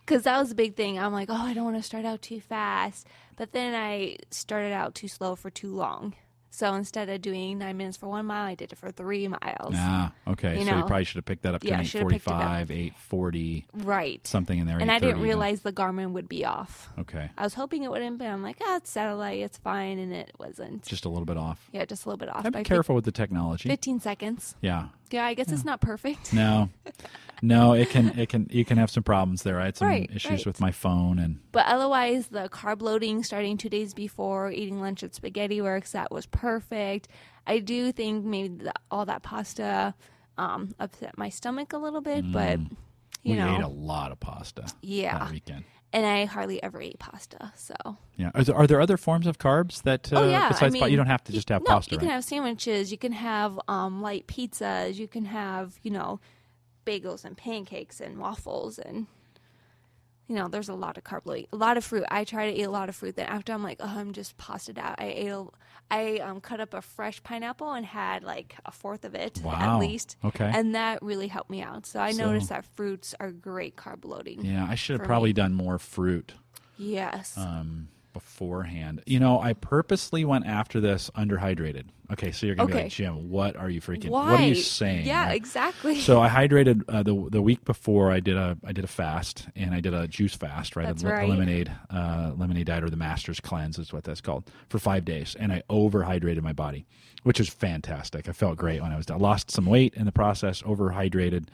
because that was a big thing. I'm like, oh, I don't want to start out too fast, but then I started out too slow for too long. So instead of doing nine minutes for one mile, I did it for three miles. Ah, okay. You so you know. probably should have picked that up to Yeah, I eight should have picked it up. forty-five, eight forty, Right. something in there. and I didn't 8:30 even. realize the Garmin would be off. Okay, I was hoping it wouldn't, but I'm like, ah, it's satellite, it's fine, and it wasn't. just a little bit off. Yeah, just a little bit off. I'd by be careful with the technology. 15 seconds. yeah, Yeah, I guess it's not perfect. No, no, it can it can you can have some problems there. I had some Right, issues right. with my phone and But otherwise, the carb loading starting two days before eating lunch at Spaghetti Works that was perfect. I do think maybe the, all that pasta um, upset my stomach a little bit, but you Mm. we ate a know, lot of pasta yeah. that weekend. And I hardly ever ate pasta, so Yeah. Are there, are there other forms of carbs that uh, oh yeah. besides I pa- mean, you don't have to just have no, pasta, You can right? have sandwiches. You can have um, light pizzas. You can have you know bagels and pancakes and waffles and you know there's a lot of carb loading. A lot of fruit. I try to eat a lot of fruit. Then after I'm like, oh, I'm just pastaed out. I ate. A, I um, cut up a fresh pineapple and had like a fourth of it Wow. at least. Okay. And that really helped me out. So I So- noticed that fruits are great carb loading. yeah, I should for have me. probably done more fruit Yes. um, beforehand. You know, I purposely went after this underhydrated. Okay, so you're gonna be Okay. like, Jim, what are you freaking? Why? What are you saying? Yeah, Right? exactly. So I hydrated uh, the the week before. I did a I did a fast and I did a juice fast, right? That's a, li- a right. lemonade uh, lemonade diet or the Master's Cleanse is what that's called for five days, and I overhydrated my body, which is fantastic. I felt great when I was done. I lost some weight in the process, overhydrated,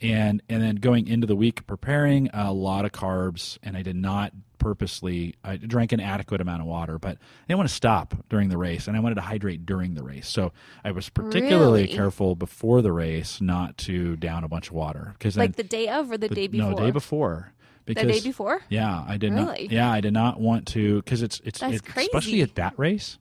and and then going into the week preparing a lot of carbs, and I did not purposely I drank an adequate amount of water, but I didn't want to stop during the race, and I wanted to hydrate during the race, so I was particularly Really? careful careful before the race not to down a bunch of water because like then, the day of or the, day before. no day before because The day before. yeah I did Really? not yeah I did not want to because it's it's, That's it's especially crazy. at that race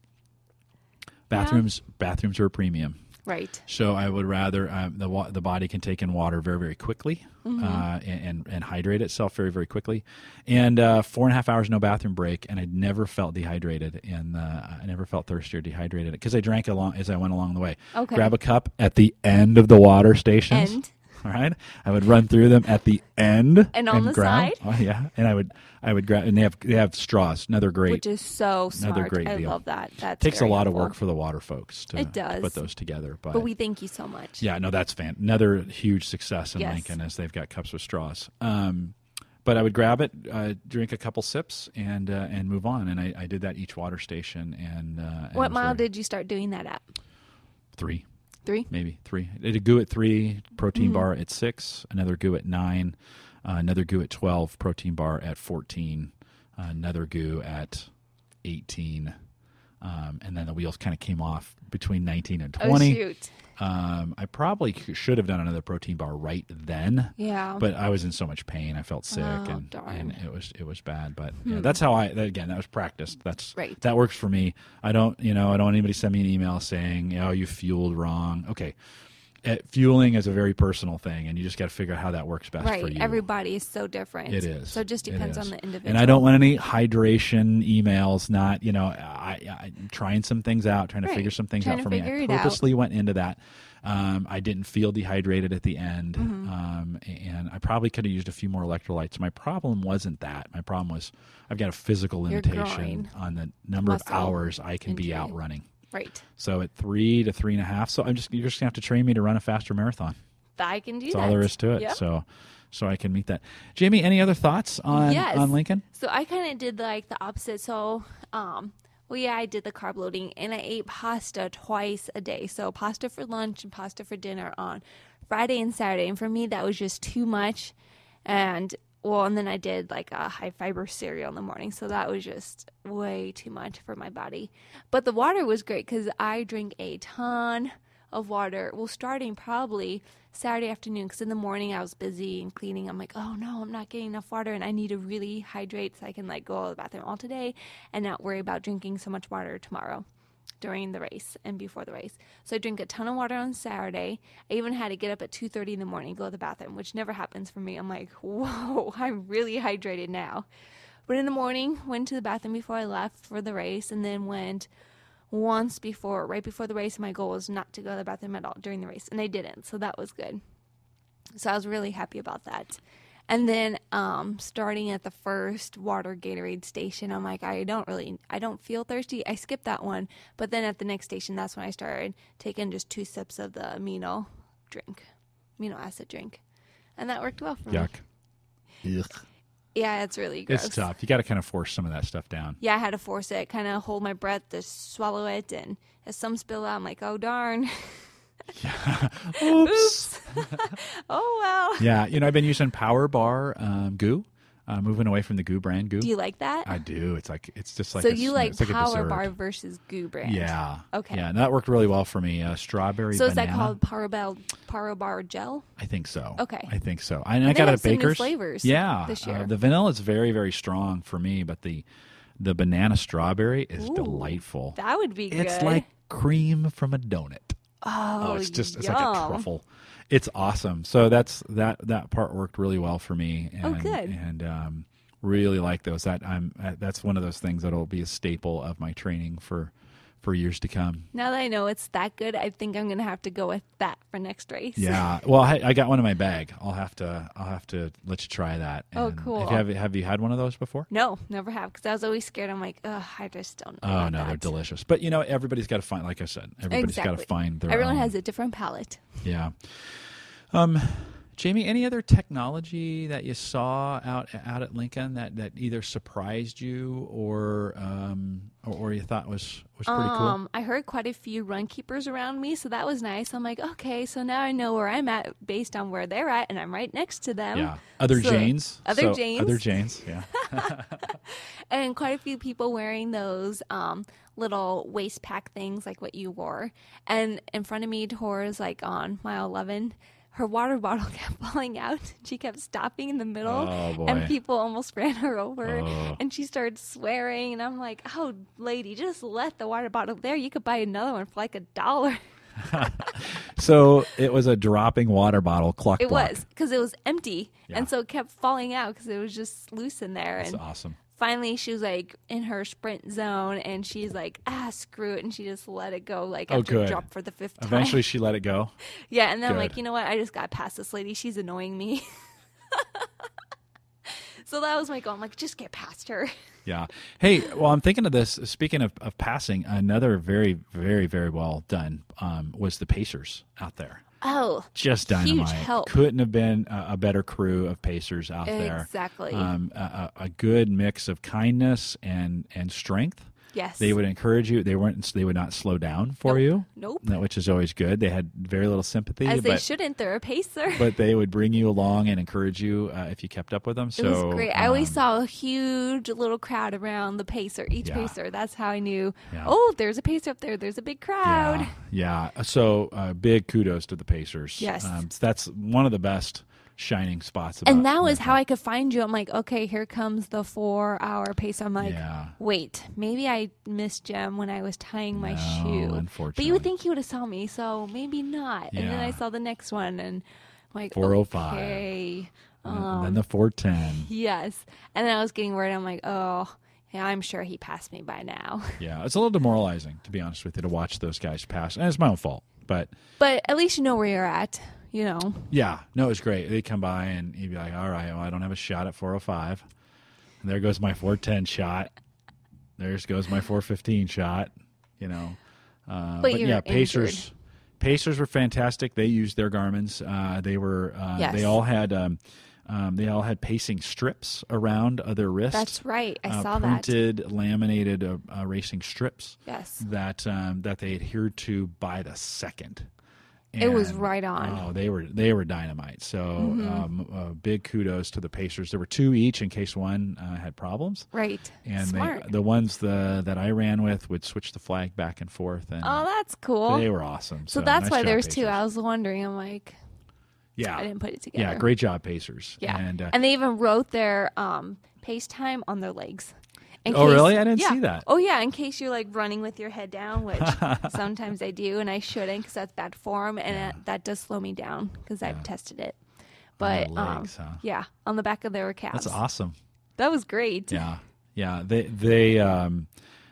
bathrooms bathrooms are a premium Right. so I would rather um, the wa- the body can take in water very very quickly Mm-hmm. uh, and, and and hydrate itself very very quickly, and uh, four and a half hours no bathroom break, and I never felt dehydrated and uh, I never felt thirsty or dehydrated because I drank along as I went along the way. Okay. Grab a cup at the end of the water stations. End. All right, I would run through them at the end And on the grab- side? Oh, yeah, and I would I would grab and they have they have straws. Another great which is so smart. great I deal. love that. That takes a lot of work for the water folks to, It to does. put those together. But, But we thank you so much. Yeah, no, that's fan. Another huge success in Yes. Lincoln is they've got cups with straws. Um, but I would grab it, uh, drink a couple sips, and uh, and move on. And I, I did that each water station. And uh, and What it was mile very- did you start doing that at? three? Three. Maybe three. I did a goo at three, protein Mm-hmm. bar at six, another goo at nine, uh, another goo at twelve, protein bar at fourteen, uh, another goo at eighteen. Um, and then the wheels kind of came off between 19 and Oh 20. shoot! Um, I probably c- should have done another protein bar right then, Yeah. but I was in so much pain. I felt sick, Oh, and, darn. Hmm. and it was it was bad. But yeah, that's how I that, again that was practiced. That's Right. That works for me. I don't you know I don't want anybody to send me an email saying oh you fueled wrong. Okay, Uh fueling is a very personal thing, and you just got to figure out how that works best for right. you. Everybody is so different. It is. So it just It depends is. on the individual. And I don't want any hydration emails. Not you know, I, I I'm trying some things out, trying to Right. figure some things Trying out to for me. figure I it out. purposely went into that. Um, I didn't feel dehydrated at the end, Mm-hmm. um, and I probably could have used a few more electrolytes. My problem wasn't that. My problem was I've got a physical Your limitation groin. on the number of Muscle hours I can be injury. out running. Right. So at three to three and a half. So I'm just you're just gonna have to train me to run a faster marathon. I can do That's that. all there is to it. Yep. So, so I can meet that. Jamie, any other thoughts on Yes. on Lincoln? So I kind of did like the opposite. So, um, well, yeah, I did the carb loading and I ate pasta twice a day. So pasta for lunch and pasta for dinner on Friday and Saturday. And for me, that was just too much. And well, and then I did like a high fiber cereal in the morning. So that was just way too much for my body. But the water was great because I drink a ton of water. Well, starting probably Saturday afternoon, because in the morning I was busy and cleaning. I'm like, oh no, I'm not getting enough water, and I need to really hydrate so I can like go to the bathroom all today and not worry about drinking so much water tomorrow during the race and before the race. So I drink a ton of water on Saturday. I even had to get up at 2:30 in the morning, go to the bathroom, which never happens for me. I'm like, "Whoa, I'm really hydrated now." But in the morning, went to the bathroom before I left for the race and then went once before, right before the race, my goal was not to go to the bathroom at all during the race, and I didn't, so that was good. So I was really happy about that. And then, um, starting at the first water Gatorade station, I'm like, I don't really, I don't feel thirsty. I skipped that one, but then at the next station, that's when I started taking just two sips of the amino drink, amino acid drink, and that worked well for me. Yeah, it's really gross. It's tough. You got to kind of force some of that stuff down. yeah, I had to force it, kind of hold my breath to swallow it. And as some spill out, I'm like, oh, darn. Yeah. Oops. Oops. oh, well. Yeah. You know, I've been using Power Bar um, goo. Uh, moving away from the goo brand goo. Do you like that? I do. It's like it's just like so a you sm- like it's like a Power dessert. Bar versus Goo Brand? Yeah. Okay. Yeah, and that worked really well for me. Uh, strawberry. So is banana. that called Power Bell Power Bar Gel? I think so. Okay. I think so. And, I they got it have at some new Baker's. flavors yeah. this uh, year. the vanilla is very very strong for me, but the the banana strawberry is Ooh, delightful. That would be good. it's like cream from a donut. oh, Oh, it's just it's yum. like a truffle. It's awesome. So that's that that part worked really well for me. And, Oh, good. And um, really like those. That I'm uh, that's one of those things that'll be a staple of my training for for years to come. Now that I know it's that good, I think I'm gonna have to go with that for next race. Yeah. Well, I, I got one in my bag. I'll have to. I'll have to let you try that. Oh, And cool. Have you, have, have you had one of those before? No, never have because I was always scared. I'm like, ugh, I just don't know. Oh about no, they're that." delicious. But you know, everybody's got to find. Like I said, everybody's got Exactly. to find their. Everyone own. has a different palate. Yeah. Um, Jamie, any other technology that you saw out out at Lincoln that, that either surprised you or um or, or you thought was was pretty cool? Um, I heard quite a few run keepers around me, so that was nice. I'm like, okay, so now I know where I'm at based on where they're at, and I'm right next to them. Yeah. Other um, so- Janes. Other So, Janes. Other Janes. Yeah. and quite a few people wearing those um, little waist pack things like what you wore. And in front of me, Tor's like on mile 11. Her water bottle kept falling out. She kept stopping in the middle, Oh, boy. and people almost ran her over. Oh. And she started swearing, and I'm like, "Oh, lady, just let the water bottle there. You could buy another one for like a dollar." so it was a dropping water bottle clock It block. was because it was empty, Yeah. and so it kept falling out because it was just loose in there. That's and awesome. finally she was like in her sprint zone and she's like ah screw it and she just let it go like Oh, after good. it dropped for the fifth time Eventually, she let it go. yeah and then i'm good. like you know what i just got past this lady she's annoying me so that was my goal i'm like just get past her Yeah. Hey, well, I'm thinking of this. Speaking of, of passing, another very, very, very well done um, was the Pacers out there. oh Just dynamite. help. Couldn't have been a, a better crew of Pacers out there. Exactly. Um, a, a a good mix of kindness and and strength. yes They would encourage you. They weren't. They would not slow down for you, nope that- which is always good. They had very little sympathy, as they but shouldn't they're a pacer but they would bring you along and encourage you uh, if you kept up with them. It So was great. I always um, saw a huge little crowd around the pacer, each Yeah. pacer. That's how I knew, Yeah. oh, there's a pacer up there. There's a big crowd. Yeah. yeah. So uh, big kudos to the Pacers. Yes. so that's one of the best shining spots. About And that was how I could find you. I'm like, okay, here comes the four hour pace. I'm like, Yeah. wait, maybe I missed Jem when I was tying my No, shoe. But unfortunately. you would think he would have saw me, so maybe not. And then Yeah. I saw the next one, and I'm like, 405. Okay. And then the 410. Yes. And then I was getting worried. I'm like, oh, yeah, I'm sure he passed me by now. Yeah. It's a little demoralizing, to be honest with you, to watch those guys pass. And it's my own fault. But but at least you know where you're at, you know. yeah, no, it was great. They'd come by and he'd be like, all right, well, I don't have a shot at 405. And there goes my 410 shot. There's goes my 415 shot, you know. Uh, But you're yeah, Pacers. Pacers were fantastic. They used their garments. Uh, they were. Uh, Yes. They all had. Um, um, they all had pacing strips around uh, their wrists. That's right. I uh, saw that. printed, laminated uh, uh, racing strips Yes. that um, that they adhered to by the second. It was And, right on. Mm-hmm. Oh, they were they were dynamite. So um, uh, big kudos to the Pacers. There were two each in case one uh, had problems, Right. and Smart. They, the ones the that I ran with would switch the flag back and forth, and oh, that's cool. they were awesome. So So, that's nice why job, there's two. Pacers. I was wondering. I'm like, I Yeah, didn't put it together. yeah, great job, Pacers. Yeah, and, uh, they even wrote their um, pace time on their legs. In Oh, really? I didn't yeah. see that. Oh, yeah. In case you're like running with your head down, which sometimes I do, and I shouldn't because that's bad form, and it, that does slow me down because I've tested it. But the legs, um, huh? yeah, on the back of their calves. that's awesome. That was great. Yeah, yeah. They they um,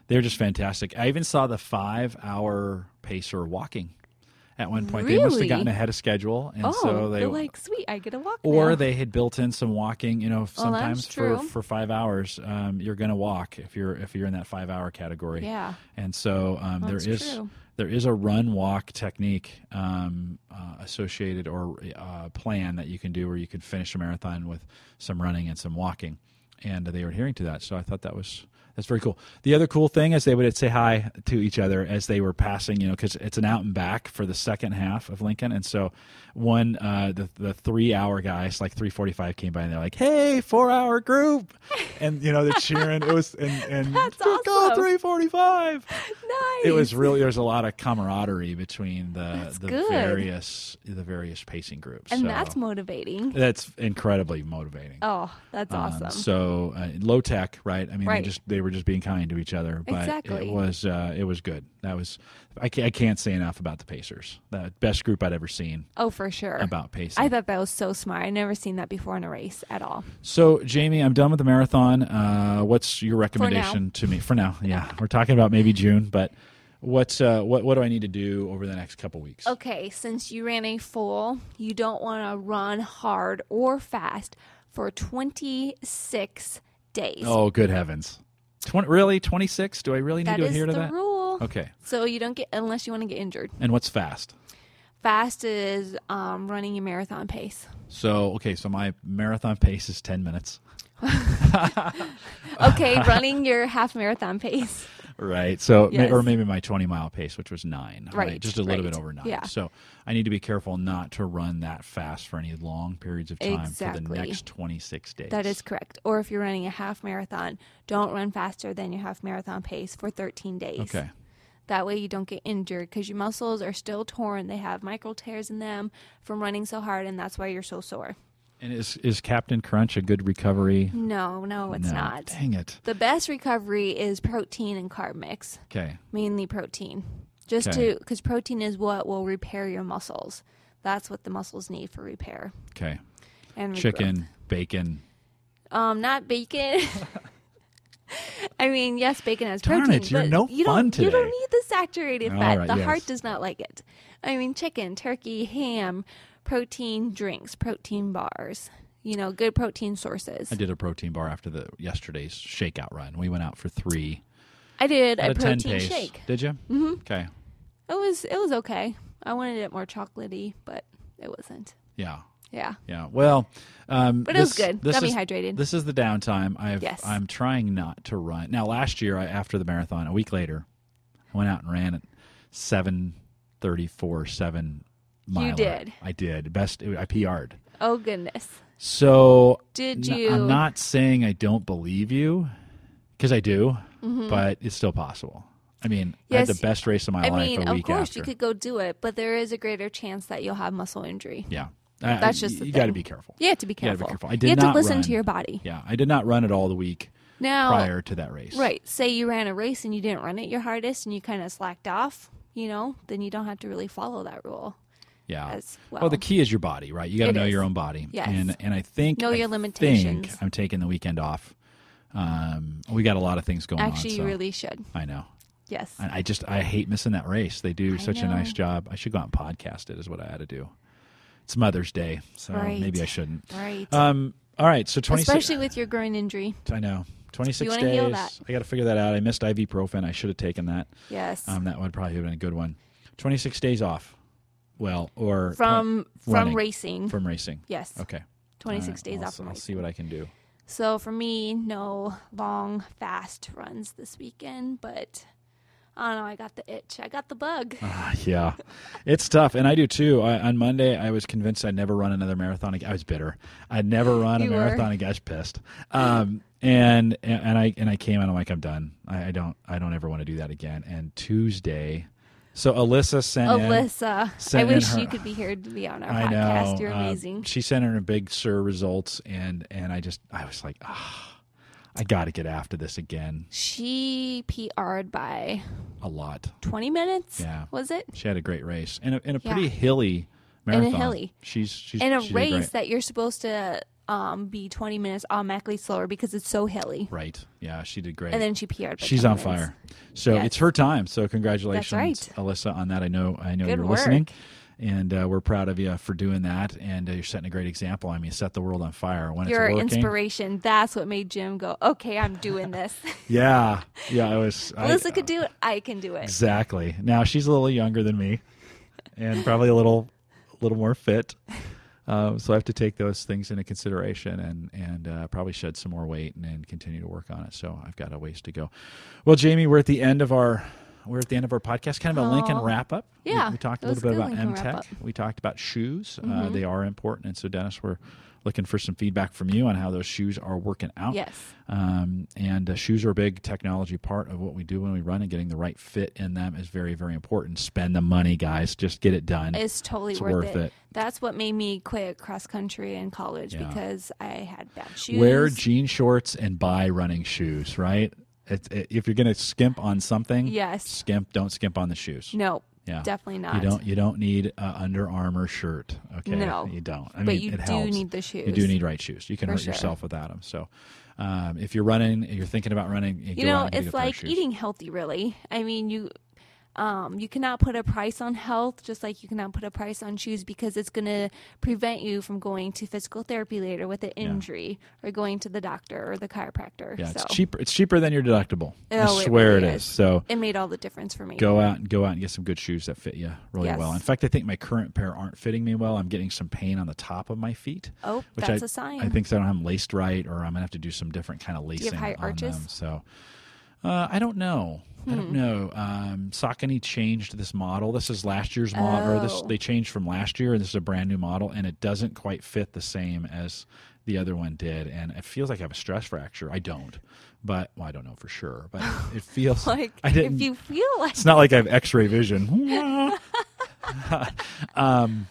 they're just fantastic. I even saw the five hour pacer walking at one point. They must have Really? gotten ahead of schedule, and Oh, so they are like, sweet, I get a walk. or now. they had built in some walking. You know, sometimes for true. for five hours, um, you're going to walk if you're if you're in that five hour category. Yeah. and so um, there That's is. true. There is a run walk technique um, uh, associated or uh, plan that you can do where you can finish a marathon with some running and some walking, and they were adhering to that. So I thought that was That's very cool. The other cool thing is they would say hi to each other as they were passing, you know, because it's an out and back for the second half of Lincoln, and so one uh, the the three hour guys like three forty five came by and they're like, "Hey, four hour group," and you know they're cheering. it was and and That's go awesome. three forty five. Nice. It was really there's a lot of camaraderie between the That's the good. various the various pacing groups, and So that's motivating. that's incredibly motivating. Oh, that's Um, awesome. so uh, low tech, right? I mean, Right. they just they were just being kind to each other, but it Exactly. was uh, it was good. That was I can't, I can't say enough about the Pacers. The best group I'd ever seen oh, for sure. about pacing. I thought that was so smart. I never seen that before in a race at all. so, Jamie, I'm done with the marathon. Uh, what's your recommendation to me for now? Yeah, we're talking about maybe June, but what's uh, what what do I need to do over the next couple weeks? Okay, since you ran a full, you don't want to run hard or fast for 26 days. Oh, good heavens! 20, really, 26? Do I really need that to is adhere the to that? rule. Okay, So you don't get unless you want to get injured. and what's fast? Fast is um, running a marathon pace. So, okay, so my marathon pace is 10 minutes. Okay, running your half marathon pace. Right. So, ma- Yes. or maybe my 20 mile pace, which was nine. Right, Just a little right. bit over nine. Yeah. So, I need to be careful not to run that fast for any long periods of time for Exactly. the next 26 days. That is correct. Or if you're running a half marathon, don't run faster than your half marathon pace for 13 days. Okay. That way you don't get injured because your muscles are still torn. They have micro tears in them from running so hard, and that's why you're so sore. And is, is Captain Crunch a good recovery? No, no, it's No. not. Dang it. The best recovery is protein and carb mix, Okay. mainly protein. Just Okay. to, because protein is what will repair your muscles. That's what the muscles need for repair Okay. and regrowth. Chicken, bacon. Um, not bacon. I mean, yes, bacon has Darn protein. it, you're but no you fun don't, You don't today. need the saturated All fat. right, the heart yes. does not like it. I mean, chicken, turkey, ham, protein drinks, protein bars. You know, good protein sources. I did a protein bar after the yesterday's shakeout run. We went out for three. I did at a a 10 protein pace. shake. Did you? Mm-hmm. Okay. It was it was okay. I wanted it more chocolatey, but it wasn't. Yeah. Yeah, Yeah. Well, um, but it was this- good. This Got is- me hydrated. This is the downtime. I've Yes. I'm trying not to run. Now last year I, after the marathon, a week later, I went out and ran at 734 7 mile. did. I did. Best I PR'd. oh goodness, So did n- you? I'm not saying I don't believe you cuz I do, but it's still possible. I mean, I had Mm-hmm. Yes. the best race of my I life mean, a of week course after. you could go do it, but there is a greater chance that you'll have muscle injury. yeah. I- I- That's just the you got to thing. be careful. You have to be You gotta be careful. careful. I did you have not to listen run. to your body. Yeah, I did not run at all the week Now, prior to that race. right? Say you ran a race and you didn't run at your hardest, and you kind of slacked off. You know, then you don't have to really follow that rule Yeah. as well. Well, Oh. the key is your body, right? You got to It know is. your own body. Yes. And and I think Know I your limitations. Think I'm taking the weekend off. Um, we got a lot of things going Actually, on. you so really should. I know. Yes. I, I just I hate missing that race. They do I such a know. nice job. I should go out and podcast it. Is what I had to do. It's Mother's Day, so Right. maybe I shouldn't. right. Um. All right. So 26. Especially with your groin injury. I know. 26 wanna days. heal that. I got to figure that out. I missed ibuprofen. I should have taken that. Yes. Um. That would probably have been a good one. 26 days off. Well, or from from running. racing. from racing. yes. Okay. Twenty six All right, days I'll off s- from I'll racing. see what I can do. So for me, no long fast runs this weekend, but I don't know. I got the itch. I got the bug. yeah, it's tough, and I do too. I, on Monday, I was convinced I'd never run another marathon. again. I was bitter. I'd never run a You were. marathon. again. I was pissed. Um, and and I and I came out. I'm like, I'm done. I, I don't. I don't ever want to do that again. And Tuesday, so Alyssa sent in- Alyssa, I send in wish her- you could be here to be on our I podcast. know. You're uh, amazing. she sent in her big Sur results, and and I just I was like, ah, I got to get after this again She PR'd by a lot. 20 minutes. Yeah. Was it? She had a great race and a, and a Yeah. pretty hilly a marathon. hilly. She's she's In a she did great. race that you're supposed to um, be 20 minutes automatically slower because it's so hilly. Right. Yeah, she did great. And then she PR'd. By she's 20 on minutes. fire. So Yes. it's her time. So congratulations, right. Alyssa, on that. I know I know Good you're work. listening. And uh, we're proud of you for doing that. And uh, you're setting a great example. I mean, you set the world on fire when Your it's working. inspiration. That's what made Jim go, okay, I'm doing this. yeah. Yeah. I was. I- Alyssa could do it. I can do it. Exactly. Now she's a little younger than me, and probably a little, a little more fit. Uh, so I have to take those things into consideration and and uh, probably shed some more weight and, and continue to work on it. So I've got a ways to go. Well, Jamie, we're at the end of our we're at the end of our podcast. Kind of a Lincoln Aw. wrap up. We- Yeah, we, talked a that was little bit a about good M Lincoln Mm-hmm. Tech. wrap-up. We talked about shoes. Uh, they are important, and so Dennis, we're looking for some feedback from you on how those shoes are working out. Yes. Um, and uh, shoes are a big technology part of what we do when we run, and getting the right fit in them is very, very important. Spend the money, guys. Just get it done. It's totally It's worth, worth it. it. That's what made me quit cross country in college Yeah. because I had bad shoes. Wear jean shorts and buy running shoes. Right. It's it, if you're going to skimp on something, Yes. skimp. Don't skimp on the shoes. No, Yeah. definitely not. You don't. You don't need a Under Armour shirt. Okay. No. You don't. I but mean, you it do helps. need the shoes. You do need right shoes. You can For hurt sure. yourself without them. So, um, if you're running, you're thinking about running, You know, it's like eating healthy. Really, I mean, you. Um, you cannot put a price on health, just like you cannot put a price on shoes, because it's going to prevent you from going to physical therapy later with an injury, or going to the doctor or the chiropractor. Yeah, so it's cheaper. It's cheaper than your deductible. Oh, I it swear really it is. is. So it made all the difference for me. go out and go out and get some good shoes that fit you really Yes. well. In fact, I think my current pair aren't fitting me well. I'm getting some pain on the top of my feet. Oh, which that's I- a sign. I think so. I don't have them laced right, or I'm gonna have to do some different kind of lacing high on arches? Hmm. them. So uh, I don't know. I don't know. Um, Saucony changed this model. This is last year's model. Or this Oh. they changed from last year, and this is a brand new model, and it doesn't quite fit the same as the other one did. And it feels like I have a stress fracture. I don't, but well, I don't know for sure. But it feels like I didn't. if you feel like It's not like I have X-ray vision. um,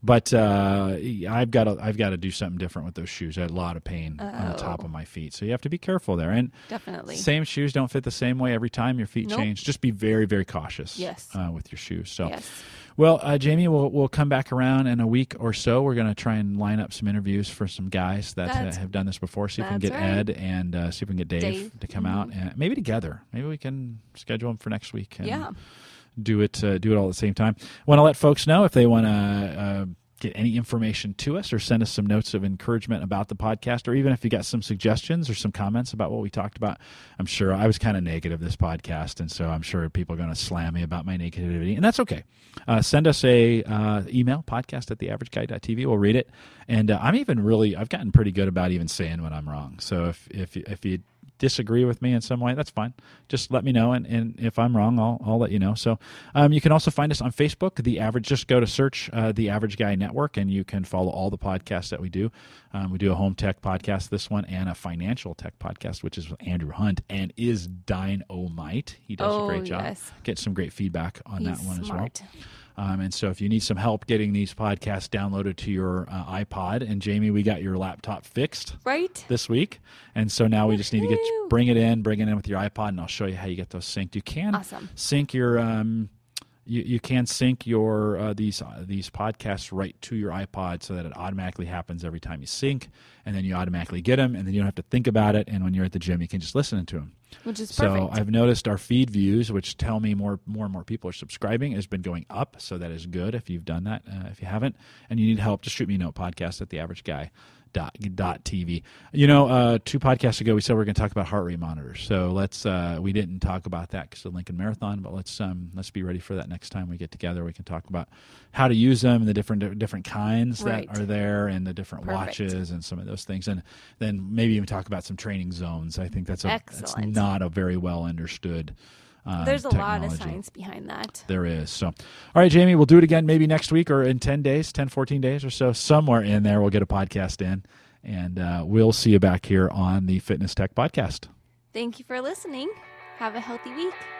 but uh, I've got to I've got to do something different with those shoes. I had a lot of pain on the top of my feet, so you have to be careful there. And definitely same shoes don't fit the same way every time. Your feet Nope. change. Just be very very cautious. Yes. uh, with your shoes. So. yes. Well, uh, Jamie, we'll, we'll come back around in a week or so. We're going to try and line up some interviews for some guys that uh, That's- have done this before. See if we can get that's right. Ed and uh, see if we can get Dave, Dave. Mm-hmm. to come out and maybe together. Maybe we can schedule them for next week. And Yeah. Do it. Uh, do it all at the same time. Want to let folks know if they want to. Uh, Get any information to us or send us some notes of encouragement about the podcast, or even if you got some suggestions or some comments about what we talked about. I'm sure I was kind of negative this podcast, and so I'm sure people are going to slam me about my negativity, and that's okay uh, send us a uh, email podcast at theaverageguy.tv we'll read it and uh, i'm even really i've gotten pretty good about even saying when i'm wrong so if if you- if you disagree with me in some way that's fine just let me know and, and if i'm wrong i'll, I'll let you know so um, you can also find us on facebook the average just go to search uh, the average guy network and you can follow all the podcasts that we do um, we do a home tech podcast this one and a financial tech podcast which is with andrew hunt and is dynamite he does a Oh, great job yes. get some great feedback on that He's one as well smart. um, and so, if you need some help getting these podcasts downloaded to your uh, iPod, and Jamie, we got your laptop fixed Right? this week, and so now we just need to get Woohoo! bring it in, bring it in with your iPod, and I'll show you how you get those synced. You can Awesome. sync your. Um, you, you can sync your uh, these uh, these podcasts right to your iPod so that it automatically happens every time you sync, and then you automatically get them, and then you don't have to think about it. And when you're at the gym, you can just listen to them. Which is perfect. So I've noticed our feed views, which tell me more, more and more people are subscribing, has been going up. So that is good if you've done that. Uh, if you haven't, and you need help, just shoot me a note. Podcast at the average guy. Dot, dot TV. You know, uh, two podcasts ago we said we are going to talk about heart rate monitors. So let's uh, we didn't talk about that because the Lincoln Marathon, but let's um, let's be ready for that next time we get together. We can talk about how to use them and the different different kinds Right. that are there and the different Perfect. watches and some of those things, and then maybe even talk about some training zones. I think that's a that's Excellent. not a very well understood. Um, There's a lot of technology. science behind that. There is. So, all right, Jamie, we'll do it again maybe next week or in 10 days, 10, 14 days or so. Somewhere in there, we'll get a podcast in. And uh, we'll see you back here on the Fitness Tech Podcast. Thank you for listening. Have a healthy week.